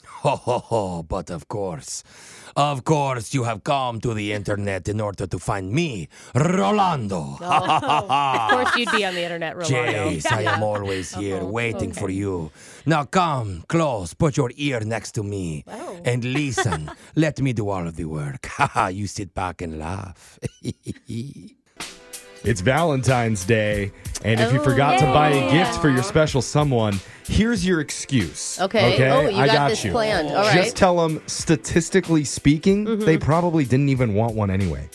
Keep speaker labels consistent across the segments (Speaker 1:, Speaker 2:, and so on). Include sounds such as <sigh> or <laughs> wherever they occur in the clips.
Speaker 1: <laughs> Ho ho ho, but of course. Of course, you have come to the internet in order to find me,
Speaker 2: <laughs>
Speaker 3: <laughs>
Speaker 1: Rolando.
Speaker 2: Oh,
Speaker 3: Of course, you'd be on the internet, Rolando.
Speaker 1: Jace, I
Speaker 3: <laughs>
Speaker 1: am always
Speaker 2: Uh-huh.
Speaker 1: here
Speaker 3: Oh,
Speaker 1: waiting for
Speaker 3: okay.
Speaker 1: you. Now come close, put your ear next to me
Speaker 3: Wow.
Speaker 2: Oh.
Speaker 1: and listen.
Speaker 2: <laughs>
Speaker 1: Let me do all of the work. <laughs> Haha, you sit back and laugh.
Speaker 4: It's Valentine's Day, and if you
Speaker 3: Oh,
Speaker 4: forgot to buy a
Speaker 3: yeah.
Speaker 4: gift for your special someone, here's your excuse.
Speaker 2: Okay. Oh, you
Speaker 4: I
Speaker 2: got
Speaker 4: got
Speaker 2: this
Speaker 4: you.
Speaker 2: planned. All
Speaker 4: Just
Speaker 2: right. Mm-hmm.
Speaker 4: tell them, statistically speaking, they probably didn't even want one anyway.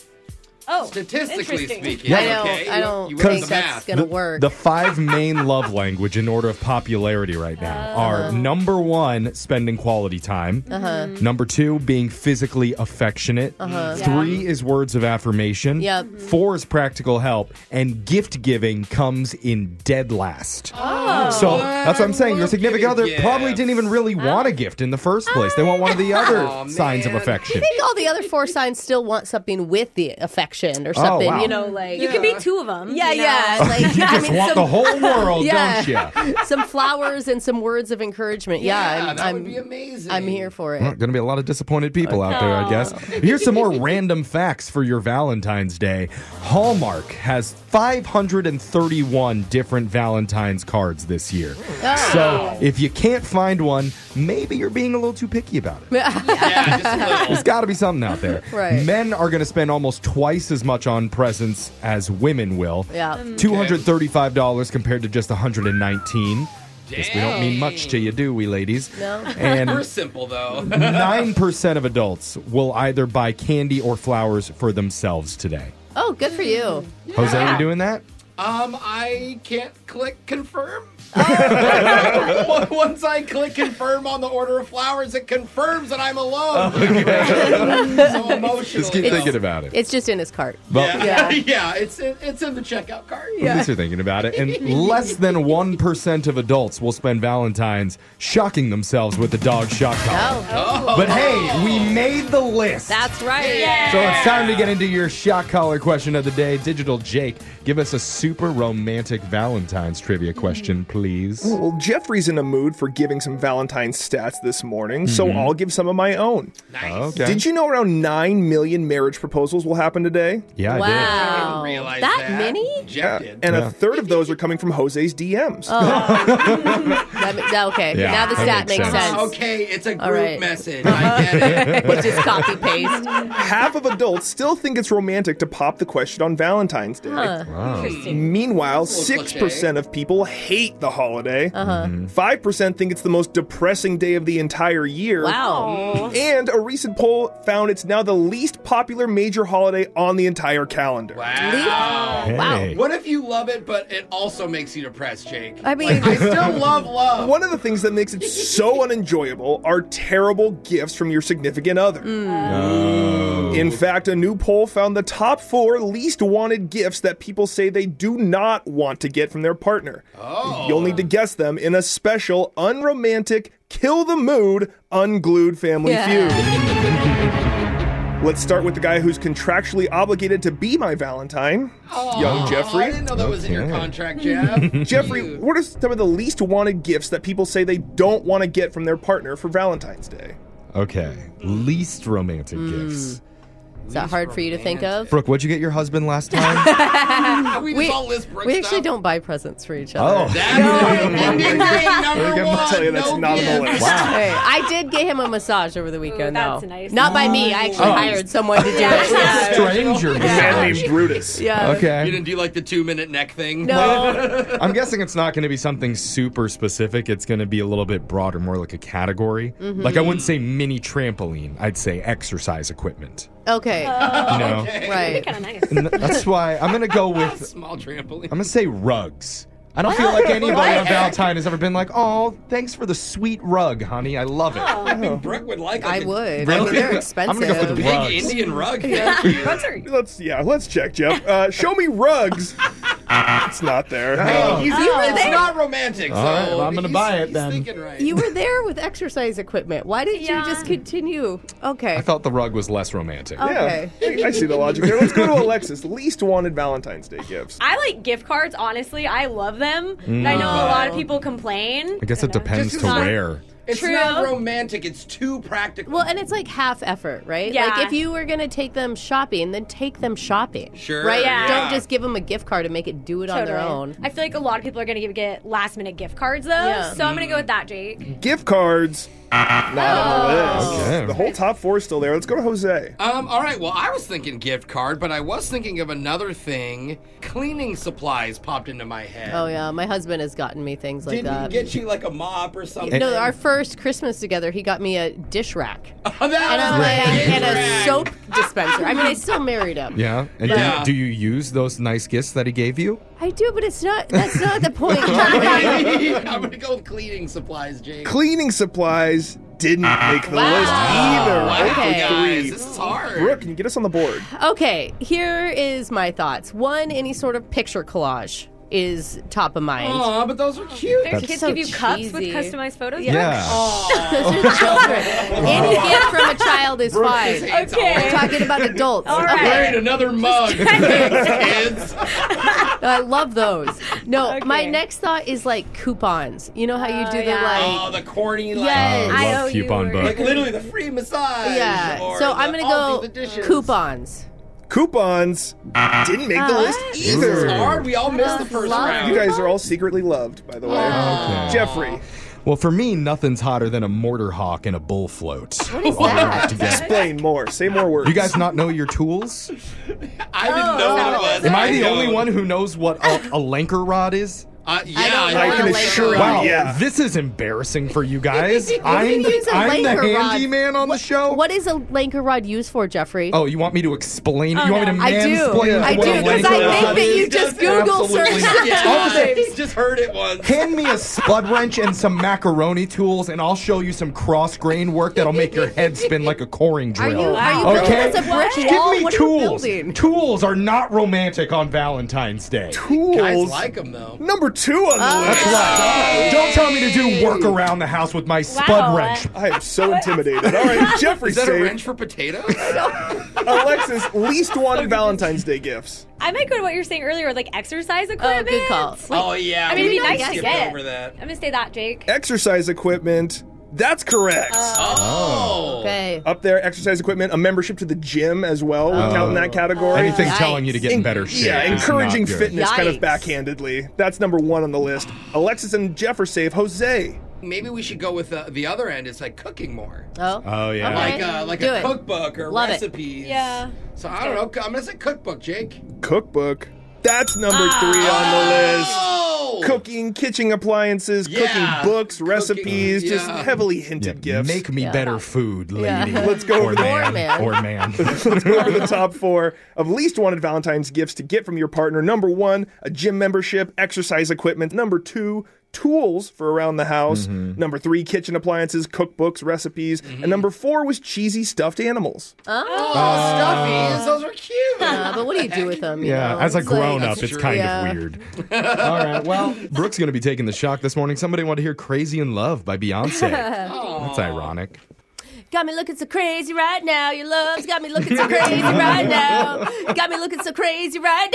Speaker 3: Oh,
Speaker 5: Statistically
Speaker 3: interesting.
Speaker 5: speaking,
Speaker 2: I don't.
Speaker 5: okay,
Speaker 2: I
Speaker 5: you-
Speaker 2: don't
Speaker 5: you
Speaker 2: think
Speaker 5: the
Speaker 2: that's
Speaker 5: math.
Speaker 2: gonna
Speaker 4: the,
Speaker 2: work.
Speaker 4: The five main
Speaker 2: <laughs>
Speaker 4: love language in order of popularity right now
Speaker 2: Uh.
Speaker 4: are number one, spending quality time.
Speaker 3: Uh-huh.
Speaker 2: Mm-hmm.
Speaker 3: Mm-hmm.
Speaker 4: Number two, being physically affectionate. Three is words of affirmation.
Speaker 2: Yep.
Speaker 4: Four is practical help, and gift giving comes in dead last. So that's what I'm saying. Your significant other
Speaker 5: giving
Speaker 4: probably
Speaker 5: gifts.
Speaker 4: didn't even really want a gift in the first place. They want one of the other
Speaker 5: Aw,
Speaker 4: signs of
Speaker 5: man.
Speaker 4: affection.
Speaker 2: I think all the other four signs still want something with the affection or
Speaker 4: Oh,
Speaker 2: something.
Speaker 4: wow.
Speaker 2: You know, like
Speaker 6: You could be two of them.
Speaker 2: yeah, yeah. Like
Speaker 4: You
Speaker 2: I
Speaker 4: just
Speaker 2: mean,
Speaker 4: want
Speaker 2: some-
Speaker 4: the whole world, don't
Speaker 2: yeah.
Speaker 4: you?
Speaker 2: <laughs> some flowers and some words of encouragement.
Speaker 5: Yeah,
Speaker 2: Yeah, I'm,
Speaker 5: that
Speaker 2: I'm,
Speaker 5: would be amazing.
Speaker 2: I'm here for it.
Speaker 4: Well, going to be a lot of disappointed people out there,
Speaker 5: Oh.
Speaker 4: I
Speaker 5: <laughs>
Speaker 4: guess. Here's some more random facts for your Valentine's Day. Hallmark has 531 different Valentine's cards this year.
Speaker 5: Oh.
Speaker 4: So if you can't find one, maybe you're being a little too picky about it.
Speaker 5: <laughs> Yeah, just a little.
Speaker 4: There's got to be something out there.
Speaker 2: Right.
Speaker 4: Men are going to spend almost twice as much on presents as women will.
Speaker 2: Yeah.
Speaker 4: $235 compared to just 119. Guess we don't mean much to you, do we, ladies?
Speaker 2: No.
Speaker 4: And
Speaker 5: <laughs> We're simple though.
Speaker 4: Nine percent of adults will either buy candy or flowers for themselves today.
Speaker 2: <laughs> Oh, good for you.
Speaker 4: Jose, you doing that?
Speaker 5: Um, I can't click confirm.
Speaker 2: Oh.
Speaker 5: <laughs> Once I click confirm on the order of flowers, it confirms that
Speaker 4: <laughs>
Speaker 5: I'm alone. so emotional.
Speaker 4: Just keep
Speaker 5: you know.
Speaker 4: thinking about it.
Speaker 2: It's just in his cart.
Speaker 4: Well,
Speaker 5: Yeah, <laughs> yeah, it's in, it's in the checkout cart.
Speaker 4: at
Speaker 5: <laughs>
Speaker 4: least you're thinking about it. And less than one percent of adults will spend Valentine's shocking themselves with the dog shock collar.
Speaker 2: Oh,
Speaker 4: But hey, we made the list.
Speaker 2: that's right.
Speaker 4: so it's time to get into your shock collar question of the day. Digital Jake, give us a super romantic Valentine's trivia question, please.
Speaker 7: Well, Jeffrey's in a mood for giving some Valentine's stats this morning, so I'll give some of my own.
Speaker 4: Mm-hmm. Okay.
Speaker 7: Did you know around 9 million marriage proposals will happen today?
Speaker 4: Yeah, I did.
Speaker 5: I didn't
Speaker 2: Wow.
Speaker 5: realize
Speaker 2: that,
Speaker 5: that, <laughs>
Speaker 2: many?
Speaker 5: Jeff did.
Speaker 7: And a third of those are coming from Jose's DMs. <laughs>
Speaker 2: That ma- that- okay.
Speaker 4: Yeah,
Speaker 2: now the
Speaker 4: that
Speaker 2: stat
Speaker 4: makes
Speaker 2: makes
Speaker 4: sense.
Speaker 2: sense.
Speaker 5: okay, it's a group
Speaker 2: right. <laughs>
Speaker 5: message. I
Speaker 3: <laughs>
Speaker 5: get it.
Speaker 4: <laughs>
Speaker 2: It's just copy paste.
Speaker 7: Half of adults still think it's romantic to pop the question on Valentine's Day. Meanwhile, six percent of people hate the holiday. 5 percent think it's the most depressing day of the entire year.
Speaker 2: Wow.
Speaker 7: And a recent poll found it's now the least popular major holiday on the entire calendar.
Speaker 5: Wow.
Speaker 4: Hey.
Speaker 5: What if you love it, but it also makes you depressed, Jake?
Speaker 2: I mean-
Speaker 5: Like,
Speaker 7: <laughs>
Speaker 5: I still
Speaker 4: <laughs>
Speaker 5: love love.
Speaker 7: One of the things that makes it so unenjoyable are terrible gifts from your significant other.
Speaker 5: Mm.
Speaker 7: In fact, a new poll found the top four least wanted gifts that people say they do not want to get from their partner.
Speaker 5: Oh.
Speaker 7: You'll need to guess them in a special, unromantic, kill the mood, unglued family
Speaker 2: Yeah.
Speaker 7: feud. Let's start with the guy who's contractually obligated to be my Valentine, young
Speaker 5: Oh, I
Speaker 7: Jeffrey.
Speaker 5: didn't know that was in your
Speaker 4: Okay.
Speaker 5: contract, Jeff.
Speaker 7: <laughs> Jeffrey, what are some of the least wanted gifts that people say they don't want to get from their partner for Valentine's Day?
Speaker 4: Okay. Least romantic gifts.
Speaker 2: Is that hard for you to think of?
Speaker 4: Brooke, what'd you get your husband last
Speaker 2: <laughs>
Speaker 4: time?
Speaker 5: we,
Speaker 2: We,
Speaker 5: just all list Brooke
Speaker 2: we actually
Speaker 5: stuff.
Speaker 2: don't buy presents for each
Speaker 4: oh.
Speaker 2: other.
Speaker 5: That's no.
Speaker 4: <laughs>
Speaker 7: <laughs>
Speaker 5: ending day number
Speaker 7: I'm
Speaker 5: one.
Speaker 7: gonna tell you that's
Speaker 5: no
Speaker 7: not on the
Speaker 5: gift.
Speaker 7: list.
Speaker 2: Hey, I did get him a massage over the weekend,
Speaker 6: that's
Speaker 2: though.
Speaker 6: nice.
Speaker 2: Not by me.
Speaker 4: Oh.
Speaker 2: I actually hired someone to do it. <laughs> Yeah.
Speaker 4: Stranger.
Speaker 7: Man named
Speaker 2: <laughs>
Speaker 7: Brutus.
Speaker 2: Yeah.
Speaker 5: You
Speaker 4: Okay.
Speaker 5: didn't do like the two minute neck thing.
Speaker 2: No.
Speaker 4: I'm guessing it's not going to be something super specific. It's going to be a little bit broader, more like a category.
Speaker 5: Mm-hmm.
Speaker 4: Like I wouldn't say mini trampoline. I'd say exercise equipment.
Speaker 2: Okay.
Speaker 6: Oh.
Speaker 4: You know.
Speaker 2: right.
Speaker 6: Kind of nice.
Speaker 4: And
Speaker 2: <laughs>
Speaker 4: th- that's why I'm going to
Speaker 5: <laughs>
Speaker 4: go with
Speaker 5: Small trampoline.
Speaker 4: I'm going to say rugs. I don't feel like
Speaker 5: <laughs>
Speaker 4: anybody on Valentine has ever been like, "Oh, thanks for the sweet rug, honey. I love it."
Speaker 5: <laughs> I think Brooke would like.
Speaker 2: I
Speaker 5: like, a
Speaker 2: would. I
Speaker 4: Really?
Speaker 2: mean, they're
Speaker 4: I'm
Speaker 2: expensive.
Speaker 4: gonna go for the
Speaker 5: Big
Speaker 4: Rugs.
Speaker 5: Indian rug.
Speaker 6: Rugs are-
Speaker 7: <laughs> Let's yeah, let's check, Jeff. Uh, show me rugs. it's not there. Oh.
Speaker 5: He's, it's not romantic.
Speaker 4: All
Speaker 5: so
Speaker 4: right, well, I'm gonna
Speaker 5: he's-
Speaker 4: buy it
Speaker 5: he's
Speaker 4: then.
Speaker 5: Thinking right.
Speaker 2: you were there with exercise equipment. Why didn't
Speaker 6: Yeah.
Speaker 2: you just continue? Okay.
Speaker 4: I thought the rug was less romantic.
Speaker 2: okay.
Speaker 7: Yeah, I, I see the logic there. Let's go to Alexis. Least wanted Valentine's Day gifts.
Speaker 6: I like gift cards, honestly. I love them. But I know a lot of people complain.
Speaker 4: Mm. I guess it depends
Speaker 5: Just
Speaker 4: to
Speaker 5: not-
Speaker 4: where.
Speaker 5: It's
Speaker 6: True.
Speaker 5: not romantic. It's too practical.
Speaker 3: Well, and it's like half effort, right?
Speaker 6: Yeah.
Speaker 3: Like if you were going to take them shopping, then take them shopping.
Speaker 5: Sure,
Speaker 3: Right?
Speaker 5: yeah.
Speaker 3: Don't just give them a gift card and make it do it on their
Speaker 6: Totally.
Speaker 3: own.
Speaker 6: I feel like a lot of people are going to get last minute gift cards though,
Speaker 3: Yeah.
Speaker 6: so I'm going to go
Speaker 4: Mm.
Speaker 6: with that, Jake.
Speaker 7: Gift cards, not
Speaker 5: Oh.
Speaker 7: on the list.
Speaker 4: Okay.
Speaker 7: The whole top four is still there. Let's go to Jose.
Speaker 5: Um, all right, well, I was thinking gift card, but I was thinking of another thing. Cleaning supplies popped into my head.
Speaker 3: Oh, yeah. My husband has gotten me things like
Speaker 5: Didn't
Speaker 3: that.
Speaker 5: get you like a mop or something?
Speaker 3: no, our first Christmas together, he got me a dish rack
Speaker 5: Oh, that
Speaker 3: and, a,
Speaker 5: was
Speaker 3: like,
Speaker 5: right.
Speaker 3: and a
Speaker 5: Correct.
Speaker 3: soap dispenser. I mean, I still married him.
Speaker 4: Yeah. And
Speaker 5: Yeah.
Speaker 4: Do, you, do you use those nice gifts that he gave you?
Speaker 3: I do, but it's not. That's not the
Speaker 5: <laughs>
Speaker 3: point. Jeffrey.
Speaker 5: I'm gonna go with cleaning supplies, Jake.
Speaker 7: Cleaning supplies didn't make the list either.
Speaker 5: wow,
Speaker 7: Only
Speaker 3: okay.
Speaker 5: guys,
Speaker 7: three.
Speaker 5: this is hard.
Speaker 7: Brooke, can you get us on the board?
Speaker 3: Okay, here is my thoughts. One, any sort of picture collage is top of mind.
Speaker 5: Aw, but those are cute.
Speaker 6: Their kids
Speaker 3: so
Speaker 6: give you cups with
Speaker 3: cheesy.
Speaker 6: customized photos.
Speaker 3: <laughs>
Speaker 4: Yeah.
Speaker 3: Those are <laughs> children. Any gift from a child is fine.
Speaker 5: His hands
Speaker 6: Okay.
Speaker 5: all-
Speaker 3: We're talking about adults.
Speaker 6: All
Speaker 5: I'm
Speaker 6: right.
Speaker 5: Wearing another mug, <laughs> kids.
Speaker 3: I love those. No, my
Speaker 6: Okay.
Speaker 3: next thought is like coupons. You know how you do
Speaker 6: Oh,
Speaker 3: the
Speaker 6: yeah.
Speaker 5: Oh,
Speaker 3: like.
Speaker 5: the corny. Like,
Speaker 3: Yes.
Speaker 4: I
Speaker 6: I
Speaker 4: love
Speaker 6: owe you
Speaker 4: coupon
Speaker 6: were-
Speaker 4: book.
Speaker 5: like literally the free massage.
Speaker 3: Yeah.
Speaker 5: or
Speaker 3: So
Speaker 5: the
Speaker 3: I'm going
Speaker 5: all these
Speaker 3: to go
Speaker 5: additions.
Speaker 3: coupons.
Speaker 7: Coupons didn't make the list
Speaker 5: Uh, This is
Speaker 7: either.
Speaker 5: hard. We all missed the first Oh.
Speaker 3: love.
Speaker 5: round.
Speaker 7: You guys are all secretly loved, by the way.
Speaker 4: Okay.
Speaker 7: Jeffrey,
Speaker 4: Well, for me, nothing's hotter than a mortar hawk and a bull float. What
Speaker 3: is that?
Speaker 7: explain more. Say more words.
Speaker 4: You guys not know your tools?
Speaker 5: I didn't know what it was.
Speaker 4: Am I the
Speaker 5: don't.
Speaker 4: only one who knows what a, a lanker rod is?
Speaker 5: Uh, yeah,
Speaker 3: don't know
Speaker 5: I
Speaker 7: I
Speaker 5: know
Speaker 7: can
Speaker 3: Lanker
Speaker 7: assure you,
Speaker 3: rod.
Speaker 4: Wow,
Speaker 7: yeah.
Speaker 4: this is embarrassing
Speaker 3: <laughs>
Speaker 4: for you guys. I'm,
Speaker 3: can use a
Speaker 4: I'm the
Speaker 3: Lanker rod.
Speaker 4: handyman on the show.
Speaker 3: What is a Lanker rod used for, Jeffrey?
Speaker 4: Oh, you want me to explain? you want me to
Speaker 3: Oh, I do.
Speaker 4: mansplain?
Speaker 3: I do,
Speaker 4: what a
Speaker 3: because
Speaker 4: Lanker
Speaker 3: I think
Speaker 4: rod
Speaker 3: that
Speaker 4: is?
Speaker 3: you just Google searched <laughs>
Speaker 5: <laughs> Yeah, just heard it once.
Speaker 4: Hand me a spud wrench and some macaroni tools, and I'll show you some cross grain work that'll make your head spin like a coring
Speaker 3: Are
Speaker 4: drill.
Speaker 3: you, are you building
Speaker 4: okay?
Speaker 3: us a brick
Speaker 4: Give
Speaker 3: wall?
Speaker 4: me
Speaker 3: what
Speaker 4: tools.
Speaker 3: Are you building?
Speaker 4: Tools are not romantic on Valentine's Day.
Speaker 7: Tools.
Speaker 5: Guys like them though. Oh,
Speaker 7: Number two on the
Speaker 3: Oh,
Speaker 7: list.
Speaker 4: That's right. Don't tell me to do work around the house with my spud
Speaker 6: Wow.
Speaker 4: wrench.
Speaker 7: I
Speaker 3: <laughs>
Speaker 7: am so intimidated. All
Speaker 5: <laughs>
Speaker 7: right, Jeffrey,
Speaker 5: Is that a
Speaker 7: say
Speaker 5: wrench for potatoes?
Speaker 7: Alexis, least wanted Valentine's Day gifts.
Speaker 6: I might go to what you were saying earlier, like exercise
Speaker 3: <laughs> Oh,
Speaker 6: equipment.
Speaker 3: good call.
Speaker 5: oh yeah.
Speaker 6: I mean, it'd
Speaker 5: we
Speaker 6: be nice
Speaker 5: skipped
Speaker 6: to get.
Speaker 5: over that.
Speaker 6: I'm gonna say that, Jake.
Speaker 7: Exercise equipment. That's correct.
Speaker 5: Oh.
Speaker 3: Okay.
Speaker 7: Up there, exercise equipment, a membership to the gym as well. We count in that category.
Speaker 4: Oh. Anything
Speaker 3: Yikes.
Speaker 4: telling you to get in
Speaker 7: En-
Speaker 4: better shape.
Speaker 7: Yeah,
Speaker 4: is
Speaker 7: encouraging
Speaker 4: not good.
Speaker 7: fitness kind of
Speaker 3: Yikes.
Speaker 7: backhandedly. That's number one on the list. Alexis and Jeff are safe. Jose.
Speaker 5: Maybe we should go with the, the other end. It's like cooking more.
Speaker 3: Oh.
Speaker 4: Oh, yeah.
Speaker 3: Okay.
Speaker 5: Like uh, like
Speaker 3: Do
Speaker 5: a
Speaker 3: it.
Speaker 5: cookbook or
Speaker 3: Love it.
Speaker 5: recipes.
Speaker 6: Yeah.
Speaker 5: So I don't know. I'm gonna say cookbook, Jake.
Speaker 7: Cookbook. That's number three on the list.
Speaker 5: Ah. Oh.
Speaker 7: Cooking, kitchen appliances,
Speaker 5: Yeah.
Speaker 7: cooking books,
Speaker 5: Cooking,
Speaker 7: recipes, just
Speaker 5: yeah.
Speaker 7: heavily
Speaker 4: Yeah,
Speaker 7: hinted gifts.
Speaker 4: Make me better food, lady.
Speaker 3: <laughs> Yeah.
Speaker 7: Let's go
Speaker 4: or
Speaker 7: over the-
Speaker 4: man,
Speaker 3: Or man.
Speaker 4: Or man.
Speaker 7: over <laughs> the top four of least wanted Valentine's gifts to get from your partner. Number one, a gym membership, exercise equipment. Number two, tools for around the house.
Speaker 4: Mm-hmm.
Speaker 7: Number three, kitchen appliances, cookbooks, recipes.
Speaker 5: Mm-hmm.
Speaker 7: And number four was cheesy stuffed animals.
Speaker 5: Oh, stuffies. Those are cute.
Speaker 3: Uh, but what do you do with them? <laughs> you
Speaker 4: Yeah,
Speaker 3: know?
Speaker 4: as a
Speaker 3: It's like-
Speaker 4: grown up,
Speaker 5: That's
Speaker 4: it's
Speaker 5: true.
Speaker 4: kind
Speaker 3: Yeah.
Speaker 4: of weird. <laughs> All right, well, Brooke's going to be taking the shock this morning. Somebody want to hear Crazy in Love
Speaker 3: <laughs>
Speaker 4: by Beyonce.
Speaker 5: <laughs>
Speaker 4: That's ironic.
Speaker 3: Got me looking so crazy right now. Your love's got me
Speaker 4: <laughs>
Speaker 3: looking so crazy right now. Got me looking so crazy right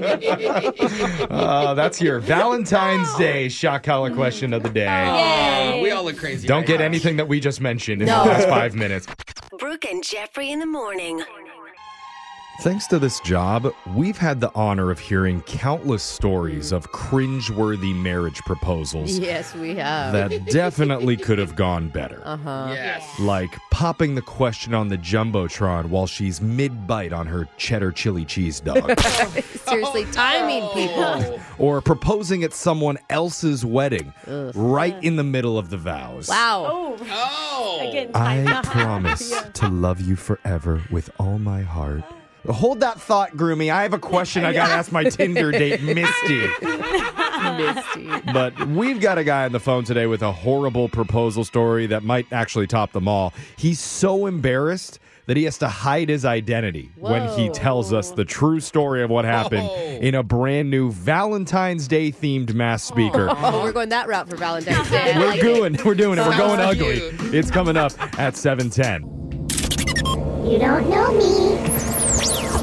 Speaker 3: now. <laughs>
Speaker 4: Uh, that's your Valentine's Day shock collar question of the day.
Speaker 5: Oh, we all look crazy.
Speaker 4: Don't
Speaker 5: right
Speaker 4: get
Speaker 5: now.
Speaker 4: anything that we just mentioned in the last five minutes.
Speaker 8: Brooke and Jeffrey in the morning.
Speaker 4: Thanks to this job, we've had the honor of hearing countless stories of cringeworthy marriage proposals
Speaker 3: yes, we have. Uh-huh.
Speaker 4: that definitely could have gone better.
Speaker 5: Yes.
Speaker 4: like popping the question on the jumbotron while she's mid-bite on her cheddar chili
Speaker 3: <laughs>
Speaker 4: cheese
Speaker 3: <laughs>
Speaker 4: dog
Speaker 3: Seriously, timing people.
Speaker 5: Oh.
Speaker 4: or proposing at someone else's wedding right in the middle of the vows
Speaker 3: Wow.
Speaker 6: Oh,
Speaker 5: Oh.
Speaker 6: again,
Speaker 3: <laughs>
Speaker 4: i promise to love you forever with all my heart hold that thought groomy i have a question i gotta ask my tinder date
Speaker 6: <laughs>
Speaker 4: misty
Speaker 3: Misty.
Speaker 4: but we've got a guy on the phone today with a horrible proposal story that might actually top them all. He's so embarrassed that he has to hide his identity when he
Speaker 3: Whoa.
Speaker 4: tells us the true story of what happened
Speaker 5: Whoa.
Speaker 4: in a brand new Valentine's Day themed mass speaker.
Speaker 3: Oh, we're going that route for Valentine's Day. I
Speaker 4: We're
Speaker 3: like it.
Speaker 4: doing, we're doing it. We're going
Speaker 5: Sounds
Speaker 4: ugly.
Speaker 5: cute.
Speaker 4: It's coming up at 710.
Speaker 9: You don't know me.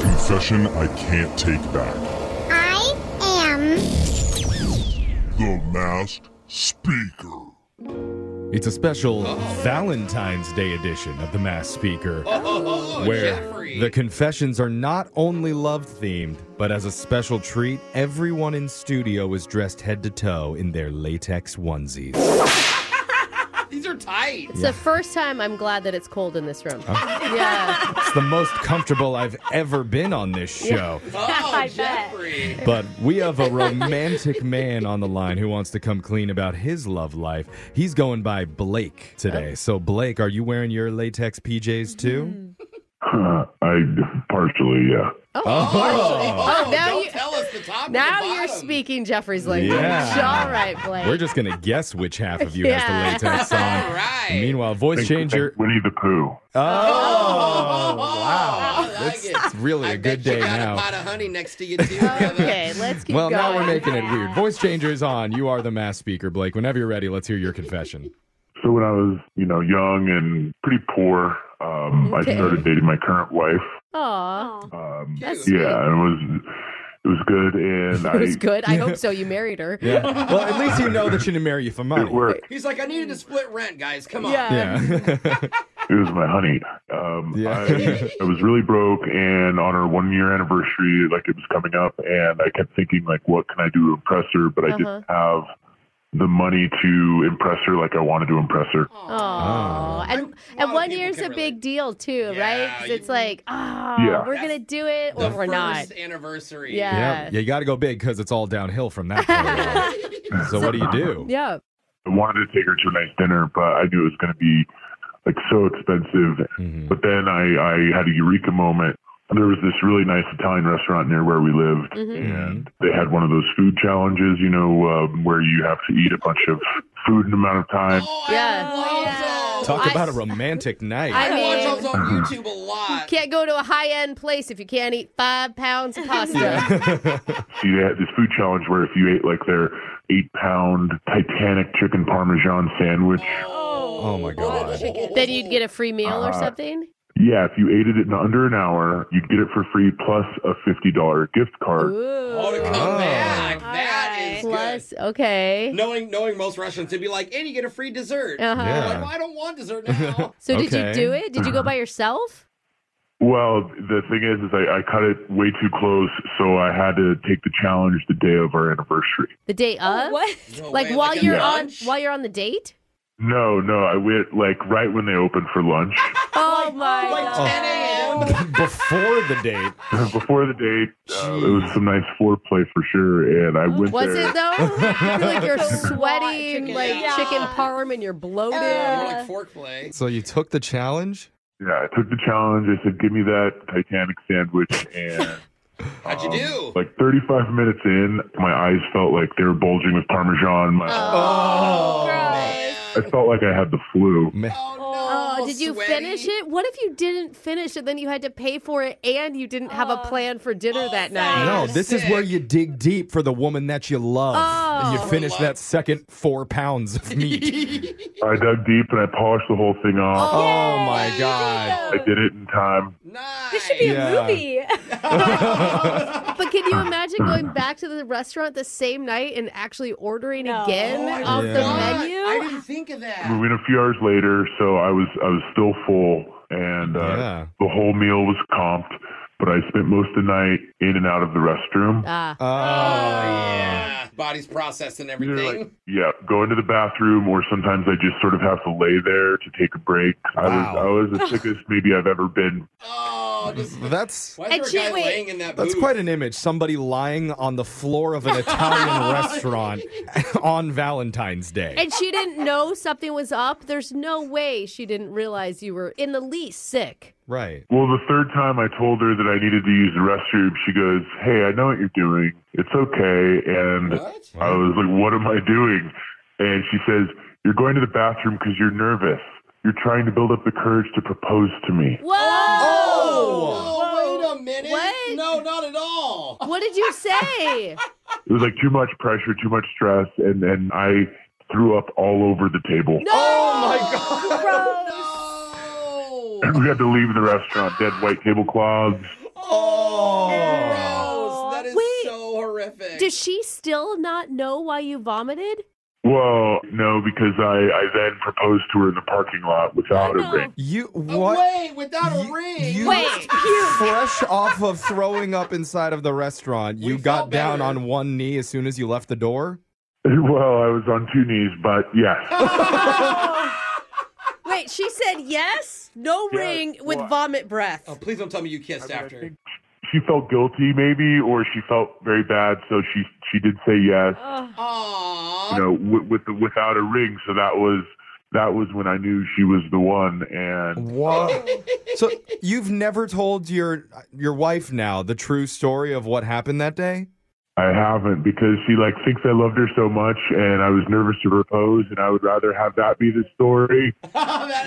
Speaker 10: Confession I can't take back.
Speaker 9: I am.
Speaker 10: The masked speaker.
Speaker 4: It's a special Valentine's Day edition of the Mass Speaker,
Speaker 5: Oh,
Speaker 4: where
Speaker 5: Jeffrey.
Speaker 4: the confessions are not only love themed, but as a special treat, everyone in studio is dressed head to toe in their latex onesies.
Speaker 5: These are tight.
Speaker 3: It's
Speaker 4: Yeah.
Speaker 3: the first time I'm glad that it's cold in this room.
Speaker 4: Huh?
Speaker 3: yeah.
Speaker 4: It's the most comfortable I've ever been on this show.
Speaker 5: Oh, Jeffrey.
Speaker 3: <laughs>
Speaker 4: But we have a romantic man on the line who wants to come clean about his love life. He's going by Blake today. So, Blake, are you wearing your latex PJs too?
Speaker 10: Uh, I partially, yeah.
Speaker 3: Oh,
Speaker 4: Oh.
Speaker 3: oh, now
Speaker 5: don't
Speaker 3: you
Speaker 5: tell us the top. and
Speaker 3: now
Speaker 5: the
Speaker 3: you're
Speaker 5: bottom.
Speaker 3: speaking Jeffrey's language.
Speaker 4: Yeah.
Speaker 3: All right, Blake.
Speaker 4: We're just going to guess which half of you
Speaker 3: Yeah.
Speaker 4: has the latex on.
Speaker 5: <laughs> All right.
Speaker 4: Meanwhile, voice
Speaker 10: Think-
Speaker 4: changer.
Speaker 10: think Winnie the Pooh.
Speaker 4: Oh, wow.
Speaker 5: <laughs> I like
Speaker 4: It's,
Speaker 5: it.
Speaker 4: it's really
Speaker 5: I
Speaker 4: a good
Speaker 5: bet you
Speaker 4: day
Speaker 5: got
Speaker 4: now.
Speaker 5: a pot of honey next to you too. brother.
Speaker 3: okay, let's keep
Speaker 4: Well,
Speaker 3: going.
Speaker 4: now we're making it weird. Voice changer is on. You are the mass speaker, Blake. Whenever you're ready, let's hear your confession.
Speaker 10: So when I was, you know, young and pretty poor, um, I
Speaker 3: Okay.
Speaker 10: started dating my current wife.
Speaker 3: Aw,
Speaker 10: Um,
Speaker 3: that's
Speaker 10: yeah,
Speaker 3: sweet.
Speaker 10: and it was it was good, and
Speaker 3: <laughs> It was
Speaker 10: I
Speaker 3: good. I hope so. You married her.
Speaker 4: Yeah. Well, at least you know that she didn't marry you for money.
Speaker 10: it worked.
Speaker 5: He's like, I needed to split rent, guys. Come on.
Speaker 3: Yeah.
Speaker 4: Yeah.
Speaker 10: <laughs>
Speaker 4: <laughs>
Speaker 10: It was my honey. Um,
Speaker 4: Yeah.
Speaker 10: I, I was really broke, and on our one year anniversary, like it was coming up, and I kept thinking, like, what can I do to impress her? But I didn't
Speaker 3: Uh-huh.
Speaker 10: have the money to impress her like I wanted to impress her.
Speaker 4: Ah.
Speaker 3: Aw. And
Speaker 5: lot
Speaker 3: and
Speaker 5: of
Speaker 3: one
Speaker 5: people
Speaker 3: year's
Speaker 5: can
Speaker 3: a
Speaker 5: relate.
Speaker 3: big deal too, right?
Speaker 5: Yeah,
Speaker 3: 'Cause
Speaker 5: you-
Speaker 3: it's like, ah,
Speaker 10: Yeah.
Speaker 3: we're gonna do it
Speaker 5: The
Speaker 3: or we're
Speaker 5: first
Speaker 3: not.
Speaker 5: anniversary.
Speaker 3: Yeah.
Speaker 4: Yeah, you got to go big because it's all downhill from that point.
Speaker 3: <laughs>
Speaker 4: on. so what do you do?
Speaker 3: Yeah.
Speaker 10: I wanted to take her to a nice dinner, but I knew it was going to be like so expensive.
Speaker 4: Mhm.
Speaker 10: But then I, I had a eureka moment. There was this really nice Italian restaurant near where we lived, and they had one of those food challenges, you know, um, where you have to eat a bunch of food in an amount of time.
Speaker 5: Oh,
Speaker 3: Yeah.
Speaker 5: I love those.
Speaker 4: Talk
Speaker 3: I-
Speaker 4: about a Mm-hmm. romantic night.
Speaker 5: I,
Speaker 3: I
Speaker 5: watch
Speaker 3: mean,
Speaker 5: those on YouTube a lot.
Speaker 3: can't go to a high end place if you can't eat five pounds of pasta.
Speaker 5: <laughs>
Speaker 4: <laughs>
Speaker 10: See, they had this food challenge where if you ate like their eight pound Titanic chicken parmesan sandwich,
Speaker 4: oh my god.
Speaker 3: Then you'd get a free meal
Speaker 4: Uh-huh.
Speaker 3: or something.
Speaker 10: yeah, if you ate it in under an hour, you'd get it for free plus a $50 gift card.
Speaker 5: Oh, to come
Speaker 4: Oh.
Speaker 5: back. That is
Speaker 3: Plus, okay.
Speaker 5: good. Knowing knowing most Russians, they'd be like, and you get a free dessert.
Speaker 3: Uh-huh.
Speaker 5: I'm like,
Speaker 4: Yeah.
Speaker 5: well, I don't want
Speaker 4: <laughs>
Speaker 5: dessert now.
Speaker 3: So did
Speaker 4: Okay. Uh-huh.
Speaker 3: you do it? Did you go by yourself?
Speaker 10: Well, the thing is, is I, I cut it way too close, so I had to take the challenge the day of our anniversary.
Speaker 3: The day of?
Speaker 6: What?
Speaker 5: No
Speaker 3: Like
Speaker 5: way,
Speaker 3: while
Speaker 5: a
Speaker 3: you're
Speaker 5: lunch?
Speaker 3: on while you're on the date?
Speaker 10: No, no, I went like right when they opened for lunch, <laughs>
Speaker 3: Oh my
Speaker 5: like 10 a.m.
Speaker 4: Before the date.
Speaker 10: before the date. Uh, it was some nice foreplay for sure, and I went
Speaker 3: Was
Speaker 10: there.
Speaker 3: it though? <laughs> I
Speaker 4: <laughs>
Speaker 3: feel like you're
Speaker 6: It's a lot of
Speaker 3: sweating
Speaker 6: chicken.
Speaker 3: like
Speaker 6: Yeah.
Speaker 3: chicken parm and you're bloated.
Speaker 5: More like fork play.
Speaker 4: So you took the challenge?
Speaker 10: Yeah, I took the challenge. I said, "Give me that Titanic sandwich," and um,
Speaker 5: How'd you do?
Speaker 10: like 35 minutes in, my eyes felt like they were bulging with parmesan. My,
Speaker 3: Oh,
Speaker 10: I felt like I had the flu.
Speaker 4: Man.
Speaker 5: Oh,
Speaker 3: Oh,
Speaker 5: no.
Speaker 3: did you
Speaker 5: sweaty.
Speaker 3: finish it? What if you didn't finish it? Then you had to pay for it, and you didn't have a
Speaker 5: Oh,
Speaker 3: plan for dinner that night.
Speaker 4: No, this is where you dig deep for the woman that you love. And you
Speaker 3: Oh.
Speaker 4: finish that second four pounds of
Speaker 3: <laughs>
Speaker 4: meat.
Speaker 10: I dug deep and I polished the whole thing off.
Speaker 4: oh my god.
Speaker 10: I did it in time.
Speaker 5: Nice.
Speaker 6: This should be
Speaker 4: Yeah.
Speaker 6: a
Speaker 4: <laughs>
Speaker 6: movie.
Speaker 3: But can you imagine going back to the restaurant the same night and actually ordering
Speaker 5: Oh,
Speaker 3: again off
Speaker 4: Yeah.
Speaker 3: the
Speaker 5: God, I
Speaker 3: menu?
Speaker 5: didn't think of
Speaker 10: We
Speaker 5: that.
Speaker 10: went a few hours later, so I was I was still full, and uh,
Speaker 4: Yeah.
Speaker 10: the whole meal was comped. But I spent most of the night in and out of the restroom.
Speaker 3: Ah,
Speaker 4: Oh.
Speaker 5: Yeah. Body's processing
Speaker 10: Either,
Speaker 5: everything.
Speaker 10: like, yeah, go into the bathroom, or sometimes I just sort of have to lay there to take a break. I was I was the sickest maybe I've ever been.
Speaker 5: oh, just,
Speaker 4: That's
Speaker 5: why is
Speaker 6: And
Speaker 5: there a
Speaker 6: she-
Speaker 5: guy
Speaker 6: wait.
Speaker 5: laying in that
Speaker 4: That's
Speaker 5: booth?
Speaker 4: quite an image. Somebody lying on the floor
Speaker 5: <laughs>
Speaker 4: of an Italian restaurant <laughs> on Valentine's Day.
Speaker 3: and she didn't know something was up. There's no way she didn't realize you were in the least sick.
Speaker 4: right.
Speaker 10: Well, the third time I told her that I needed to use the restroom, she goes, "Hey, I know what you're doing. It's okay." And
Speaker 5: What?
Speaker 10: I was like, "What am I doing?" And she says, "You're going to the bathroom because you're nervous. You're trying to build up the courage to propose to me."
Speaker 3: Whoa!
Speaker 5: Oh, wait a minute.
Speaker 3: What?
Speaker 5: No, not at all.
Speaker 3: What did you
Speaker 5: <laughs>
Speaker 3: say?
Speaker 10: It was like too much pressure, too much stress, and and I threw up all over the table.
Speaker 5: Oh, my God.
Speaker 10: <clears throat> We had to leave the restaurant. Dead white tablecloths.
Speaker 5: Gross. That is
Speaker 3: Wait.
Speaker 5: so horrific.
Speaker 3: Does she still not know why you vomited?
Speaker 10: Well, no, because I, I then proposed to her in the parking lot without a ring.
Speaker 4: You what?
Speaker 5: Wait, without a ring.
Speaker 4: You <laughs> fresh off of throwing up inside of the restaurant, you got down on one knee as soon as you left the door.
Speaker 10: Well, I was on two knees, but yes.
Speaker 3: Wait, she said yes, no
Speaker 10: Yes,
Speaker 3: ring with
Speaker 10: what?
Speaker 3: vomit breath.
Speaker 5: <laughs> Oh, please don't tell me you kissed after.
Speaker 10: she felt guilty maybe or she felt very bad so she she did say yes you know with, with the, without a ring so that was that was when i knew she was the one and
Speaker 5: <laughs>
Speaker 4: What? so you've never told your your wife now the true story of what happened that day?
Speaker 10: i haven't because she like thinks i loved her so much and i was nervous to propose and i would rather have that be the story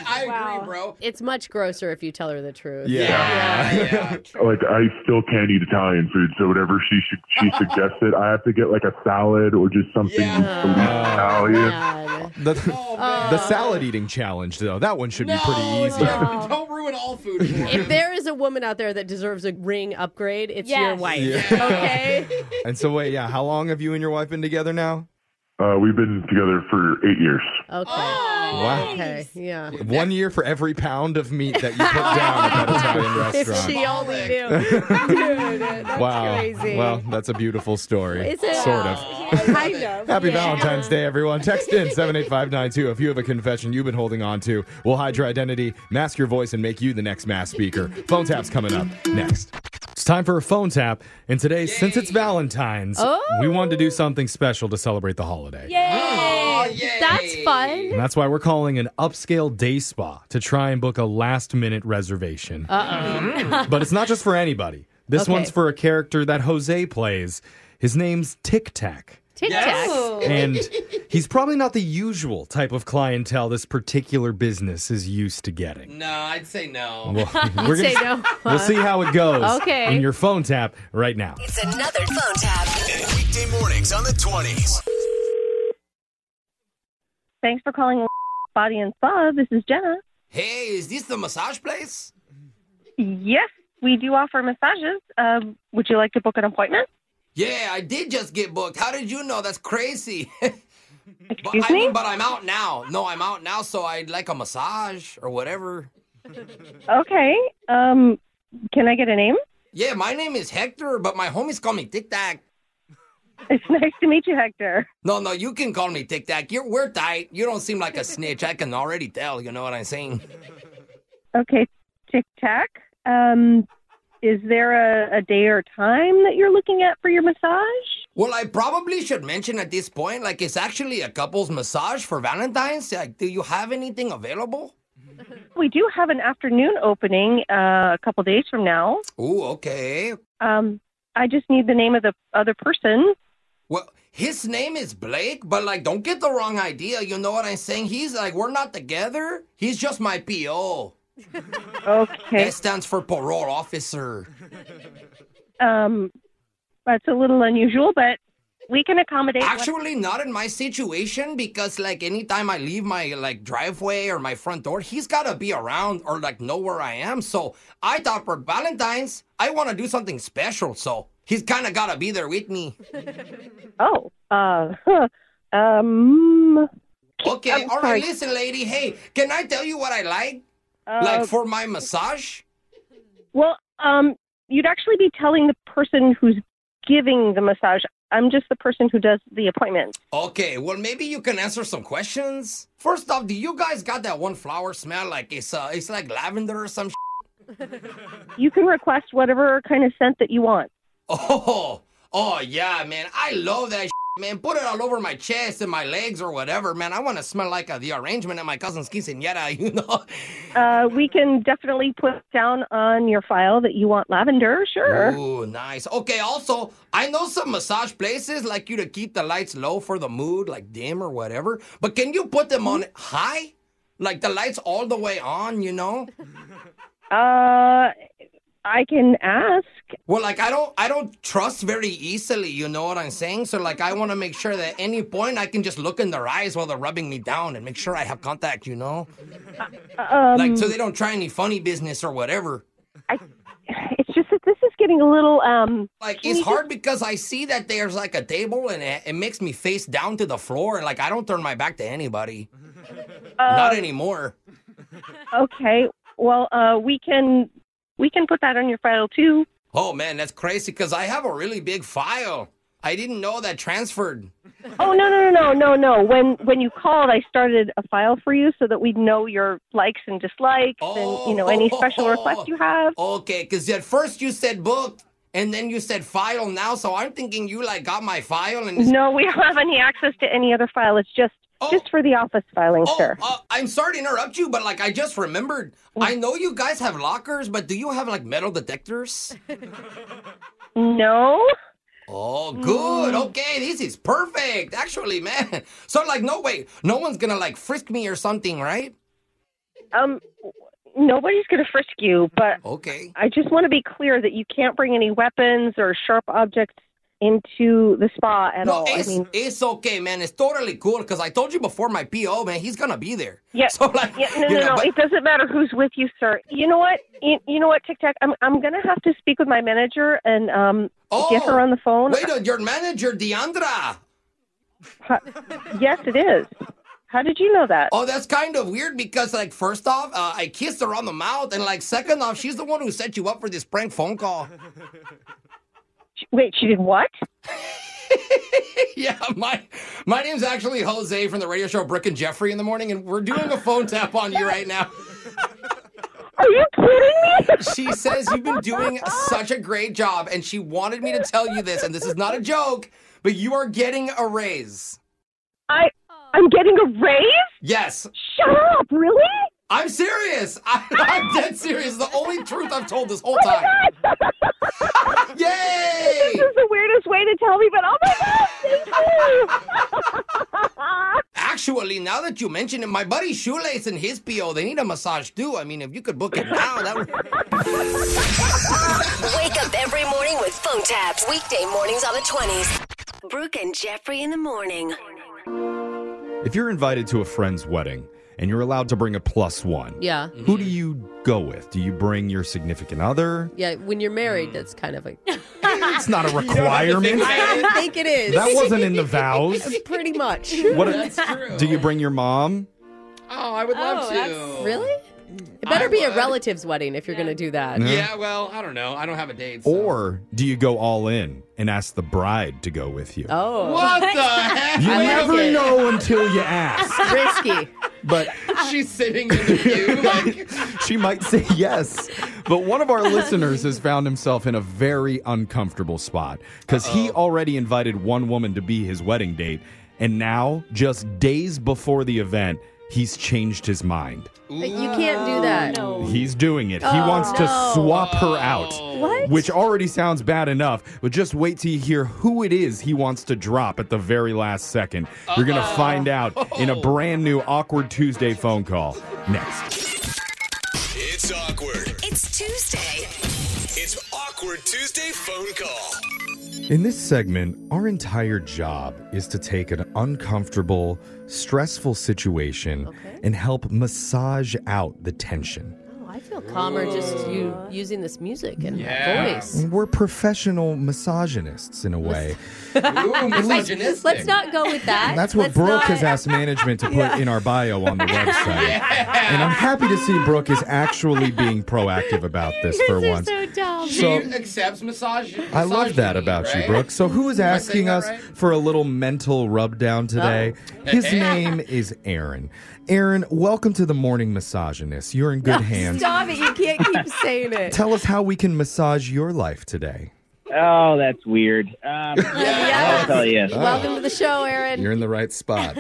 Speaker 5: I agree, bro.
Speaker 3: It's much grosser if you tell her the
Speaker 10: <laughs>
Speaker 3: truth.
Speaker 10: like i still can't eat italian food so whatever she should she suggested i have to get like a salad or just something with the least italian
Speaker 4: The,
Speaker 5: Oh,
Speaker 4: the salad eating challenge, though, that one should be pretty
Speaker 3: <laughs>
Speaker 4: easy.
Speaker 5: Don't ruin all food. for her.
Speaker 3: If there is a woman out there that deserves a ring upgrade, it's your
Speaker 5: Yes.
Speaker 3: wife.
Speaker 4: Yeah.
Speaker 3: Okay?
Speaker 4: <laughs> And so, wait, yeah, how long have you and your wife been together now?
Speaker 10: uh, we've been together for eight years
Speaker 3: Okay.
Speaker 5: Oh,
Speaker 4: Wow.
Speaker 3: Okay. Yeah.
Speaker 4: One year for every pound of meat that you put down at that
Speaker 3: <laughs>
Speaker 4: Italian
Speaker 3: If
Speaker 4: restaurant.
Speaker 3: she only knew. Dude, that's
Speaker 4: wow.
Speaker 3: crazy.
Speaker 4: Well, that's a beautiful story.
Speaker 3: Is it?
Speaker 4: Sort uh, of.
Speaker 3: kind <laughs> of.
Speaker 4: <laughs> Happy
Speaker 3: Yeah.
Speaker 4: Valentine's Day, everyone. Text in 78592 if you have a confession you've been holding on to. We'll hide your identity, mask your voice, and make you the next mass speaker. Phone tap's coming up next. It's time for a phone tap. And today, since it's Valentine's,
Speaker 3: Oh.
Speaker 4: we wanted to do something special to celebrate the holiday.
Speaker 3: Yay! That's fun.
Speaker 4: And that's why we're calling an upscale day spa to try and book a last
Speaker 9: <laughs>
Speaker 4: minute reservation. <laughs>
Speaker 3: Uh-oh.
Speaker 4: but it's not just for anybody. This
Speaker 3: Okay.
Speaker 4: one's for a character that Jose plays. His name's Tic Tac.
Speaker 3: Tic Tac.
Speaker 4: And he's probably not the usual type of clientele this particular business is used to getting.
Speaker 5: no, I'd say no. <laughs>
Speaker 4: Well, we're gonna- <laughs> We'll see how it <laughs> goes
Speaker 8: Okay.
Speaker 4: in your phone tap right now.
Speaker 8: It's another phone tap.
Speaker 9: Weekday mornings on the 20s.
Speaker 11: Thanks for calling Body and Spa. This is Jenna.
Speaker 5: Hey, is this the massage place?
Speaker 11: Yes, we do offer massages. Um, would you like to book an appointment?
Speaker 5: Yeah, I did just get booked. How did you know? That's crazy. <laughs> but,
Speaker 11: Excuse
Speaker 5: I,
Speaker 11: me?
Speaker 5: but I'm out now. No, I'm out now, so I'd like a massage or whatever.
Speaker 11: Okay. Um, can I get a name?
Speaker 5: Yeah, my name is Hector, but my homies call me Tic Tac.
Speaker 11: It's nice to meet you, Hector.
Speaker 5: No, no, you can call me Tic Tac. You're we're tight. You don't seem like a snitch. I can already tell. You know what I'm saying?
Speaker 11: Okay, Tic Tac. Um, is there a, a day or time that you're looking at for your massage?
Speaker 5: Well, I probably should mention at this point, like it's actually a couple's massage for Valentine's. Like, do you have anything available?
Speaker 11: We do have an afternoon opening uh, a couple days from now.
Speaker 5: Ooh, okay.
Speaker 11: Um, I just need the name of the other person.
Speaker 5: Well, his name is Blake, but like, don't get the wrong idea. You know what I'm saying? He's like, we're not together. He's just my PO.
Speaker 11: Okay.
Speaker 5: That stands for parole officer.
Speaker 11: Um, that's a little unusual, but we can accommodate. what-
Speaker 5: Actually, not in my situation because like, anytime I leave my like driveway or my front door, he's gotta be around or like know where I am. So I thought for Valentine's, I want to do something special. So he's kind of gotta be there with me.
Speaker 11: Oh, uh, huh. um,
Speaker 5: Okay,
Speaker 11: I'm
Speaker 5: all right,
Speaker 11: sorry.
Speaker 5: listen, lady. Hey, can I tell you what I like?
Speaker 11: Uh,
Speaker 5: like for my massage?
Speaker 11: well, um, you'd actually be telling the person who's giving the massage. I'm just the person who does the
Speaker 5: <laughs>
Speaker 11: appointment.
Speaker 5: Okay, well, maybe you can answer some questions. First off, do you guys got that one flower smell? Like it's uh, it's like lavender or some. <laughs> Sh-
Speaker 11: You can request whatever kind of scent that you want.
Speaker 5: <laughs> oh, oh yeah, man, I love that. Sh- man, put it all over my chest and my legs or whatever, man. I want to smell like uh, the arrangement at my cousin's quinceañera, <laughs> you know.
Speaker 11: Uh, we can definitely put down on your file that you want lavender. Sure.
Speaker 5: Ooh, nice. Okay, also, I know some massage places like you to keep the lights low for the mood, like dim or whatever, but can you put them on
Speaker 11: Mm-hmm.
Speaker 5: high? Like the lights all the way on, you know?
Speaker 11: <laughs> Uh, I can ask.
Speaker 5: Well, like I don't I don't trust very easily, you know what I'm saying? So like I want to make sure that any point I can just look in their eyes while they're rubbing me down and make sure I have contact, you
Speaker 11: <laughs>
Speaker 5: know?
Speaker 11: Um,
Speaker 5: like so they don't try any funny business or whatever.
Speaker 11: It's just that this is getting a little um
Speaker 5: Like
Speaker 11: can
Speaker 5: it's
Speaker 11: you
Speaker 5: hard because I see that there's like a table and it, it makes me face down to the floor and like I don't turn my back to anybody.
Speaker 11: Mm-hmm. Oh.
Speaker 5: Not anymore.
Speaker 11: just- uh, okay. Well, uh, we can we can put that on your file too.
Speaker 5: Oh man, that's crazy because I have a really big file. I didn't know that transferred.
Speaker 11: Oh no no no no no no! When when you called, I started a file for you so that we'd know your likes and dislikes
Speaker 5: Oh.
Speaker 11: and you know any special requests you have.
Speaker 5: Okay, because at first you said booked and then you said file now, so I'm thinking you like got my file and
Speaker 11: No, we don't have any access to any other file. It's just just for the office filing, sir.
Speaker 5: Oh. Uh, I'm sorry to interrupt you, but like I just remembered,
Speaker 11: Mm.
Speaker 5: I know you guys have lockers, but do you have like metal detectors?
Speaker 11: No.
Speaker 5: Oh, good.
Speaker 11: Mm.
Speaker 5: Okay, this is perfect. Actually, man. <laughs> So like, no wait, no one's gonna like frisk me or something, right?
Speaker 11: Um, nobody's going to frisk you, but
Speaker 5: okay.
Speaker 11: I just want to be clear that you can't bring any weapons or sharp objects into the spa at
Speaker 5: no,
Speaker 11: all. I
Speaker 5: it's
Speaker 11: mean,
Speaker 5: it's okay, man. It's totally cool because I told you before, my PO, man, he's gonna be there.
Speaker 11: yeah,
Speaker 5: So like,
Speaker 11: yeah, no,
Speaker 5: you
Speaker 11: no,
Speaker 5: know,
Speaker 11: no.
Speaker 5: but-
Speaker 11: It doesn't matter who's with you, sir. You know what? You, you know what, Tic Tac? I'm I'm going to have to speak with my manager and um get her on the phone.
Speaker 5: Wait, uh, your manager, Deandra.
Speaker 11: yes, it is. How did you know that?
Speaker 5: Oh, that's kind of weird because, like, first off, uh, I kissed her on the mouth, and like, second off, she's the one who set you up for this prank phone call.
Speaker 11: Wait, she did what?
Speaker 5: <laughs> yeah, my my name's actually Jose from the radio show Brooke and Jeffrey in the morning, and we're doing a phone tap on you right now.
Speaker 11: Are you kidding
Speaker 5: me? She says you've been doing such a great job, and she wanted me to tell you this, and this is not a joke, but you are getting a raise.
Speaker 11: I I'm getting a raise.
Speaker 5: Yes.
Speaker 11: Shut up! Really?
Speaker 5: I'm serious. <laughs> I, I'm dead serious. The only truth I've told this whole time.
Speaker 11: <laughs>
Speaker 5: Yay!
Speaker 11: Oh This is the weirdest way to tell me, but oh my god, thank you. <laughs>
Speaker 5: Actually, now that you mention it, my buddy Shoelace and his PO, they need a massage too. I mean, if you could book it now, that would.
Speaker 8: Wake up every morning with phone taps. Weekday mornings on the 20s. Brooke and Jeffrey in the morning.
Speaker 4: If you're invited to a friend's wedding and you're allowed to bring a plus one,
Speaker 3: Yeah.
Speaker 4: who do you go with? Do you bring your significant other?
Speaker 3: Yeah, when you're married, that's kind
Speaker 5: <laughs>
Speaker 3: of a.
Speaker 4: It's not a requirement.
Speaker 3: I think it is.
Speaker 4: That wasn't in the vows.
Speaker 3: <laughs> Pretty much.
Speaker 4: What do you bring your mom?
Speaker 5: Oh, I would
Speaker 3: love to. Really? It better be a relative's wedding if you're going to do that.
Speaker 4: Yeah. Yeah,
Speaker 5: well, I don't know. Oh, I don't have a date.
Speaker 4: Or do you go all in and ask the bride to go with you?
Speaker 3: Oh.
Speaker 5: What
Speaker 6: <laughs>
Speaker 5: the heck?
Speaker 4: You
Speaker 3: I
Speaker 4: never
Speaker 3: like it.
Speaker 4: know until you ask.
Speaker 3: <laughs> Risky.
Speaker 4: But
Speaker 5: She's sitting in the queue. Like,
Speaker 4: she might say yes. But one of our listeners has found himself in a very uncomfortable spot because he already invited one woman to be his wedding date. And now, just days before the event, he's changed his mind.
Speaker 3: You can't do that.
Speaker 4: He's doing it. he
Speaker 3: Oh,
Speaker 4: wants to
Speaker 3: no.
Speaker 4: swap her out.
Speaker 3: What?
Speaker 4: Which already sounds bad enough, but just wait till you hear who it is he wants to drop at the very last second. You're going to find out in
Speaker 3: Oh.
Speaker 4: a brand new Awkward Tuesday phone call next.
Speaker 9: It's awkward.
Speaker 8: It's Tuesday.
Speaker 9: It's awkward Tuesday phone call.
Speaker 4: In this segment, our entire job is to take an uncomfortable, stressful situation and help massage out the tension.
Speaker 3: Oh, I feel calmer just you using this music and my voice.
Speaker 4: And We're professional misogynists in a way.
Speaker 3: <laughs> Let's, let's not go with that.
Speaker 4: And that's what
Speaker 3: Let's
Speaker 4: Brooke
Speaker 3: not- <laughs>
Speaker 4: has asked management to put in our bio on the website. And I'm happy to see Brooke is actually being proactive about this for once.
Speaker 5: dumb. She
Speaker 4: So-
Speaker 5: accepts massage.
Speaker 4: I love that about you, Brooke. So, who is
Speaker 5: Am I
Speaker 4: asking
Speaker 5: saying that
Speaker 4: us
Speaker 5: right?
Speaker 4: for a little mental rub down today?
Speaker 3: <laughs>
Speaker 5: Oh.
Speaker 4: His
Speaker 5: Hey.
Speaker 4: name is Aaron. Aaron, welcome to the morning misogynist. You're in good hands.
Speaker 3: Stop it. You can't keep saying it.
Speaker 4: Tell us how we can massage your life today.
Speaker 12: Oh, that's weird.
Speaker 3: <laughs>
Speaker 12: Um, I'll tell you.
Speaker 3: Welcome to the show, Aaron. <laughs>
Speaker 4: You're in the right spot.